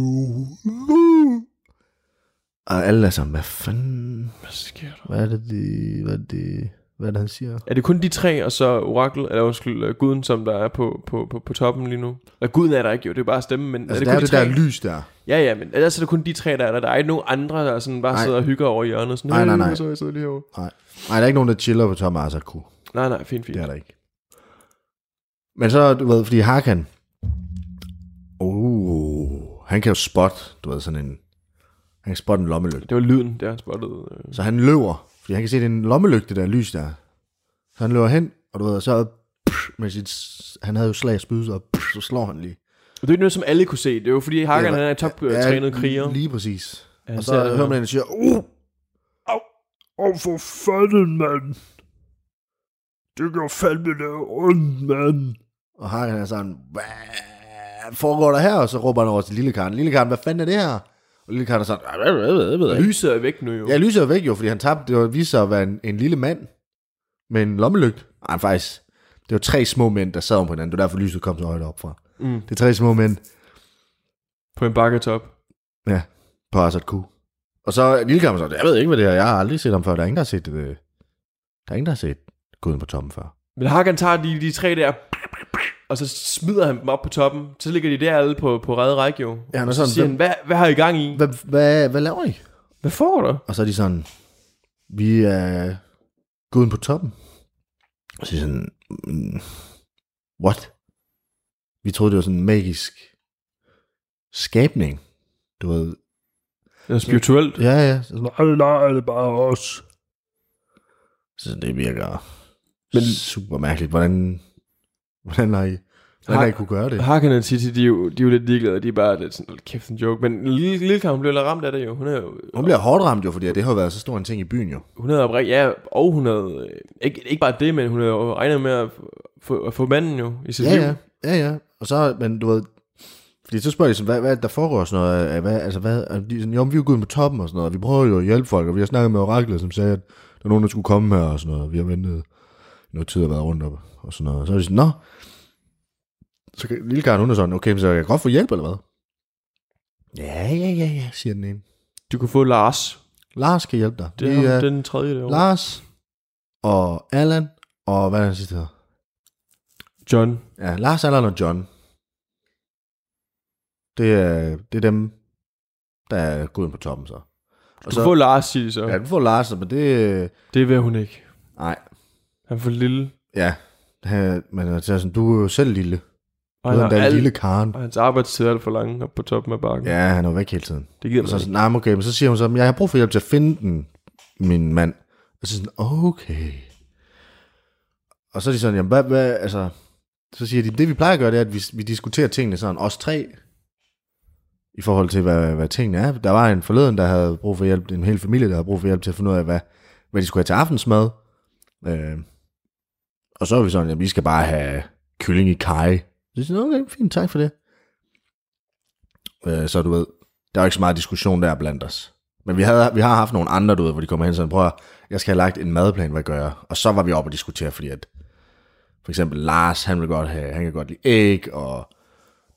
S3: øh, øh." Og alle er sådan, hvad fanden...
S4: Hvad sker der?
S3: Hvad er det, de, hvad er det, hvad er det han siger?
S4: Er det kun de tre, og så orakel, eller undskyld, øh, guden, som der er på, på, på, på toppen lige nu? Og guden er der ikke jo, det er bare stemmen, men
S3: Altså,
S4: er
S3: det er jo
S4: det kun
S3: det
S4: de
S3: der
S4: tre?
S3: lys der.
S4: Ja, ja, men ellers er det kun de tre, der er der. Der er ikke nogen andre, der sådan bare
S3: Nej.
S4: nej. sidder og hygger over i hjørnet. Sådan,
S3: Nej, nej, nej.
S4: "Øh, Så jeg sidder lige herovre.
S3: Nej, der er ikke nogen, der chiller på Tom Asaku.
S4: Nej, nej, fint, fint.
S3: Det
S4: Ja.
S3: er der ikke. Men så, du ved, fordi Harkan... Oh, han kan jo spotte, du ved, sådan en... Han kan spotte en lommelygte.
S4: Det var lyden, der han spottede. øh.
S3: Så han løber, fordi han kan se, det er en lommelygte, der er lys der. Så han løber hen, og du ved, så pff, med sit, han havde jo slag og spyd, og pff, så slår han lige.
S4: Og det er ikke noget, som alle kunne se. Det er jo fordi, Hakan han er øh, en top-trænet kriger.
S3: Lige præcis.
S4: Han
S3: og så
S4: ser det
S3: hører
S4: her.
S3: man, at han siger, uh, au, au, for fanden, mand. Det gør fandme det ondt, mand. Og Hagen er sådan, hvad foregår der her? Og så råber han over til Lille Karen, Lille Karen, hvad fanden er det her? Og Lille Karen er sådan, "Ej, jeg ved, jeg ved, jeg ved,
S4: Lyset er væk nu jo.
S3: Ja, lyset er væk jo, fordi han tabte. Det var viste sig at være en, en lille mand med en lommelygt. Nej, faktisk. Det var tre små mænd, der sad om på hinanden. Det var derfor, lyset kom så højt op fra.
S4: Mm.
S3: Det er tre små mænd.
S4: På en bakketop.
S3: Ja, på Assad Q. Og så Lillekamp så, jeg ved ikke, hvad det er. Jeg har aldrig set ham før. Der er ingen, der har set, øh, der er ingen, der har set Guden på toppen før.
S4: Men Hakan tager de, de tre der, og så smider han dem op på toppen. Så ligger de der alle på, på redde række jo.
S3: Ja, han er
S4: og så
S3: sådan,
S4: siger
S3: hvem-
S4: han, hvad, hvad har I gang i?
S3: Hvad, hvad, hvad laver I?
S4: Hvad får du?
S3: Og så er de sådan, vi er Guden på toppen. Og så er de sådan, "Mm, what? Vi troede, det var sådan en magisk skabning. Du ved,
S4: Det er spirituelt.
S3: Ja, ja. Så sådan, nej, nej, det er bare os. Så sådan, det virker Men,
S4: Men-
S3: super mærkeligt. Hvordan, hvordan har I, hvordan har I kunne gøre det?
S4: Hakan og Titi, de er jo, de er jo lidt ligeglade. De er bare lidt sådan, "Hold kæft en joke. Men lille, lille Karen blev lidt ramt af det jo. Hun er jo
S3: Hun bliver hårdt ramt jo, fordi det har jo været så stor en ting i byen jo.
S4: hun havde oprigt, ja, og hun havde, øh, ikke, ikke bare det, men hun havde jo regnet med at få, at få manden jo i sit
S3: Ja,
S4: liv.
S3: ja. Ja, ja. Og så, men du ved, fordi så spørger de sådan, hvad, hvad er det, der foregår og sådan noget? af- Hvad, altså, hvad, og de er sådan, jo, men vi er jo gået på toppen og sådan noget, og vi prøver jo at hjælpe folk, og vi har snakket med oraklet, som sagde, at der er nogen, der skulle komme her og sådan noget, og vi har ventet noget tid og været rundt op og sådan noget. Og så er de sådan, nå, så kan, lille Karen, hun er sådan, okay, men så kan jeg godt få hjælp eller hvad? Ja, ja, ja, ja, siger den ene.
S4: Du kunne få Lars.
S3: Lars kan hjælpe dig.
S4: Det
S3: Vi
S4: er
S3: er-
S4: ham, den tredje derovre.
S3: Lars og Allan, og hvad er det sidste hedder?
S4: John.
S3: Ja, Lars, Allan og John. Det er, det er dem, der er gået ind på toppen så.
S4: Du kunne få Lars, siger de så.
S3: ja, du får Lars, men det...
S4: Det vil hun ikke.
S3: Nej,
S4: Han er for lille.
S3: ja. Han- Men jeg tænker sådan, du er jo selv lille. Du
S4: Og
S3: er
S4: han
S3: den der
S4: har alt,
S3: lille Karen.
S4: og hans arbejdstid er alt for lang op på toppen af bakken.
S3: Ja, han er jo væk hele tiden.
S4: Det gider
S3: Og
S4: man
S3: så er jeg
S4: så
S3: sådan, nej, men okay, men så siger hun så, "Men jeg har brug for hjælp til at finde den, min mand. Og så er jeg sådan, okay. Og så er de sådan, jamen hvad, hvad, altså, så siger de, det vi plejer at gøre, det er, at vi, vi diskuterer tingene sådan, os tre, i forhold til, hvad, hvad tingene er. Der var en forleden, der havde brug for hjælp, en hel familie, der havde brug for hjælp til at finde ud af, hvad, hvad de skulle have til aftensmad. Øh, og så er vi sådan, at vi skal bare have kylling i kaj. Så siger jeg, okay, fint, tak for det. Øh, så du ved, der er jo ikke så meget diskussion der blandt os. Men vi, havde, vi har haft nogle andre, du ved, hvor de kommer hen og sådan, prøv at, høre, jeg skal have lagt en madplan, hvad gør jeg? Og så var vi oppe og diskutere, fordi at for eksempel Lars, han vil godt have, han kan godt lide æg, og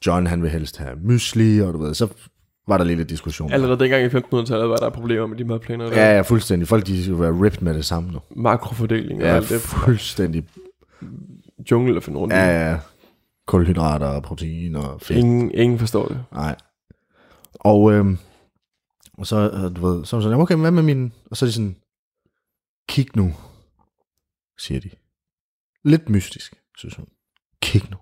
S3: John, han vil helst have mysli, og du ved, så var der lige lidt diskussion.
S4: Allerede dengang i 1500-tallet var der problemer med de madplaner. Der.
S3: Ja, ja, fuldstændig. Folk, de skal være ripped med det samme nu.
S4: Makrofordeling og
S3: Ja,
S4: alt det.
S3: fuldstændig.
S4: Jungle at finde rundt. i.
S3: Ja, ja. Kulhydrater og protein og fedt.
S4: Ingen, ingen forstår det.
S3: Nej. Og, øhm, og så, øh, du ved, så er de sådan, okay, men hvad med min... Og så er de sådan, kig nu, siger de. Lidt mystisk, synes hun. Kig nu.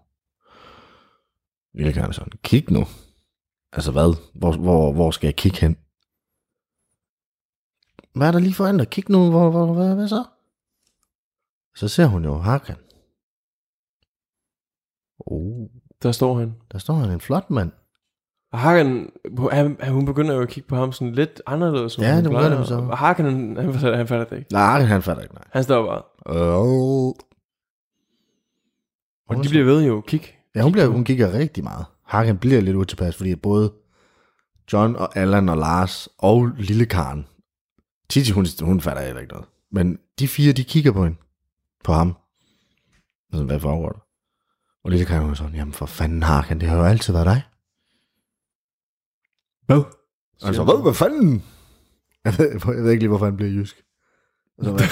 S3: Lille Karen er sådan, kig nu. Altså hvad? Hvor, hvor, hvor skal jeg kigge hen? Hvad er der lige foran dig? Kig nu, hvor, hvor, hvad, hvad så? Så ser hun jo Hakan. Oh,
S4: Der står han.
S3: der står han en flot mand.
S4: Og Hagen, han, han, hun begynder jo at kigge på ham sådan lidt anderledes. som
S3: Ja,
S4: hun
S3: det
S4: plejer.
S3: gør det så.
S4: Og Hagen, han, han, fatter- han fatter det ikke.
S3: Nej, han fatter ikke, nej.
S4: Han står bare.
S3: Øh.
S4: Og de bliver ved jo. Kig.
S3: Ja, hun, bliver, hun kigger rigtig meget. Hakken bliver lidt utilpas, fordi både John og Allan og Lars og lille Karen, Titi, hun, hun fatter heller ikke noget. Men de fire, de kigger på hende. På ham. Altså, hvad foregår der? Og lille Karen, hun er sådan, jamen for fanden, Hakken, det har jo altid været dig.
S4: Hvad?
S3: Altså, hvad, hvad fanden? Jeg ved, jeg ved ikke lige, hvorfor han bliver jysk. Og så, hvad-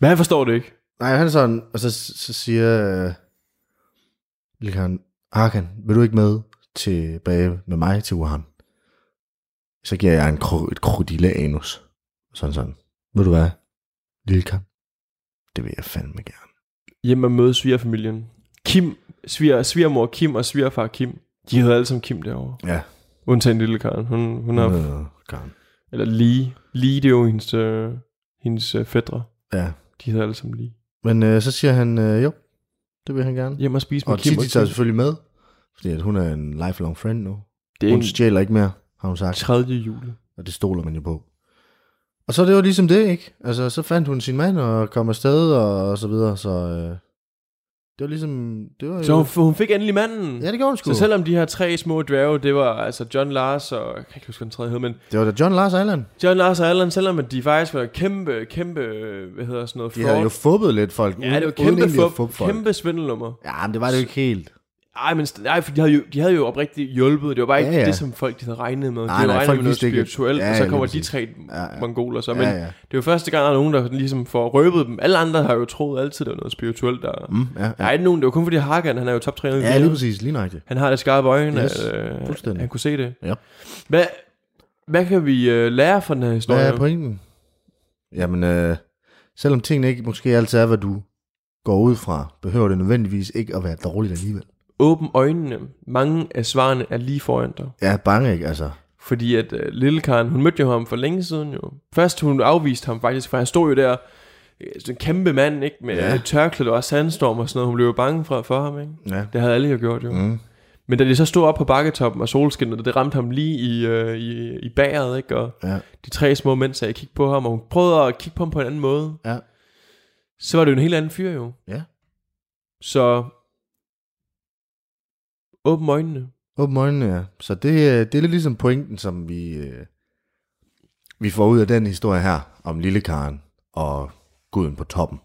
S4: Men han forstår det ikke.
S3: Nej, han er sådan, og så, så siger øh, lille Karen, Arkan, vil du ikke med tilbage med mig til Wuhan? Så giver jeg en kro, et krokodille anus. Sådan sådan. Ved du hvad, lille Karen? Det vil jeg fandme gerne.
S4: Hjemme og møde svigerfamilien. Kim, sviger, svigermor Kim og svigerfar Kim. De hedder alle sammen Kim derovre.
S3: Ja.
S4: Undtagen lille Karen. Hun, hun har,
S3: Nå, Karen.
S4: eller lige. Lige, det er jo hendes, øh, hendes øh, fædre.
S3: Ja.
S4: De hedder alle sammen lige.
S3: Men øh, så siger han, øh, jo, det vil han gerne.
S4: Hjemme og spise med
S3: og
S4: Kim
S3: Titi tager
S4: og Kim.
S3: selvfølgelig med, fordi at hun er en lifelong friend nu.
S4: Det er
S3: Hun
S4: en
S3: stjæler ikke mere, har hun sagt.
S4: tredje jule.
S3: Og det stoler man jo på. Og så det var ligesom det, ikke? Altså, så fandt hun sin mand og kom afsted og, og så videre, så... Øh, det var ligesom... Det var
S4: Så
S3: jo,
S4: hun, hun fik endelig manden.
S3: ja, det gjorde hun sgu.
S4: Så selvom de her tre små dværge, det var altså John Lars og, jeg kan ikke huske, hvad den tredje hed, men
S3: Det var da John Lars Island.
S4: John Lars og Allan, selvom at de faktisk var kæmpe, kæmpe, øh, hvad hedder sådan noget,
S3: De havde jo fubbet lidt folk.
S4: ja, det var
S3: uden
S4: kæmpe,
S3: egentlig at
S4: fup,
S3: fuppe folk.
S4: kæmpe svindelnummer.
S3: Ja, men det var det jo ikke helt.
S4: Ej, men st- nej, for de havde, jo, de havde jo oprigtigt hjulpet. Det var bare ikke
S3: Ja,
S4: ja,
S3: ja.
S4: ja. det, som folk de havde regnet med.
S3: Nej,
S4: de havde
S3: nej,
S4: regnet
S3: folk
S4: med noget
S3: vidste ikke, at-
S4: spirituelt,
S3: Ja,
S4: og
S3: ja,
S4: så
S3: lige
S4: kommer de
S3: præcis.
S4: tre
S3: Ja, ja.
S4: mongoler så. Men
S3: Ja, ja.
S4: det er jo første gang, der er nogen, der ligesom får røbet dem. Alle andre har jo troet altid, det var noget spirituelt. Der... Mm.
S3: Mm, ja, ja.
S4: Nej, ikke nogen. Det var kun fordi Hakan, han er jo toptræner. i
S3: ja,
S4: VM.
S3: lige præcis. Lige nøjagtigt.
S4: Han har det skarpe øjne,
S3: Yes,
S4: yes, at, øh,
S3: fuldstændig.
S4: han kunne se det.
S3: Ja.
S4: Hvad, hvad kan vi øh, lære fra den her historie?
S3: Hvad er pointen? Jamen, øh, selvom tingene ikke måske altid er, hvad du går ud fra, behøver det nødvendigvis ikke at være dårligt alligevel.
S4: Åbn øjnene. Mange af svarene er lige foran dig.
S3: Jeg er bange, ikke? Altså,
S4: Fordi at øh, lille Karen, hun mødte jo ham for længe siden jo. Først hun afviste ham faktisk, for han stod jo der, øh, sådan en kæmpe mand, ikke? Med
S3: Ja.
S4: ja. tørklæde og sandstorm og sådan noget. Hun blev jo bange for, for ham, ikke?
S3: ja.
S4: Det havde alle jo gjort jo.
S3: Mm.
S4: Men da de så stod op på bakketoppen og solskinnet, det ramte ham lige i, øh, i, i bageret, ikke? Og
S3: Ja.
S4: de tre små mænd sagde, kig på ham, og hun prøvede at kigge på ham på en anden måde.
S3: Ja.
S4: Så var det jo en helt anden fyr jo.
S3: Ja.
S4: Så åbn øjnene.
S3: Åben øjnene, ja. Så det, øh, det er lidt ligesom pointen, som vi, øh, vi får ud af den historie her, om lille Karen og guden på toppen.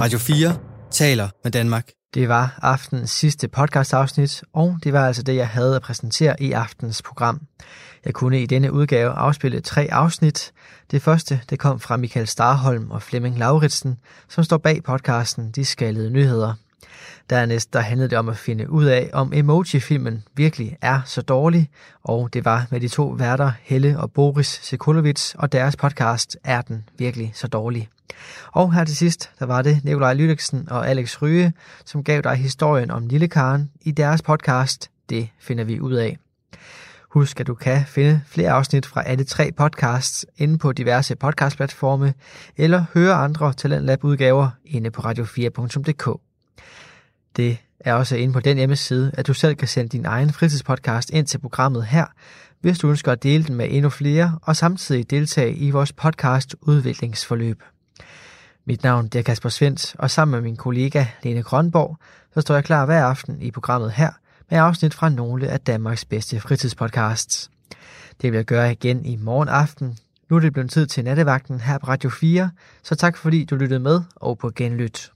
S1: Radio 4 taler med Danmark.
S2: Det var aftenens sidste podcastafsnit, og det var altså det, jeg havde at præsentere i aftens program. Jeg kunne i denne udgave afspille tre afsnit. Det første det kom fra Michael Starholm og Flemming Lauritsen, som står bag podcasten De Skaldede Nyheder. Dernæst der handlede det om at finde ud af, om emoji-filmen virkelig er så dårlig, og det var med de to værter Helle og Boris Sekulovic og deres podcast Er den virkelig så dårlig? Og her til sidst, der var det Nikolaj Lydiksen og Alex Ryge, som gav dig historien om Lille Karen i deres podcast. Det finder vi ud af. Husk, at du kan finde flere afsnit fra alle tre podcasts inde på diverse podcastplatforme, eller høre andre Talentlab-udgaver inde på radio4.dk. Det er også inde på den hjemmeside, at du selv kan sende din egen fritidspodcast ind til programmet her, hvis du ønsker at dele den med endnu flere og samtidig deltage i vores podcast udviklingsforløb. Mit navn det er Kasper Svendt, og sammen med min kollega Lene Grønborg, så står jeg klar hver aften i programmet her med afsnit fra nogle af Danmarks bedste fritidspodcasts. Det vil jeg gøre igen i morgen aften. Nu er det blevet tid til nattevagten her på Radio 4, så tak fordi du lyttede med og på genlyt.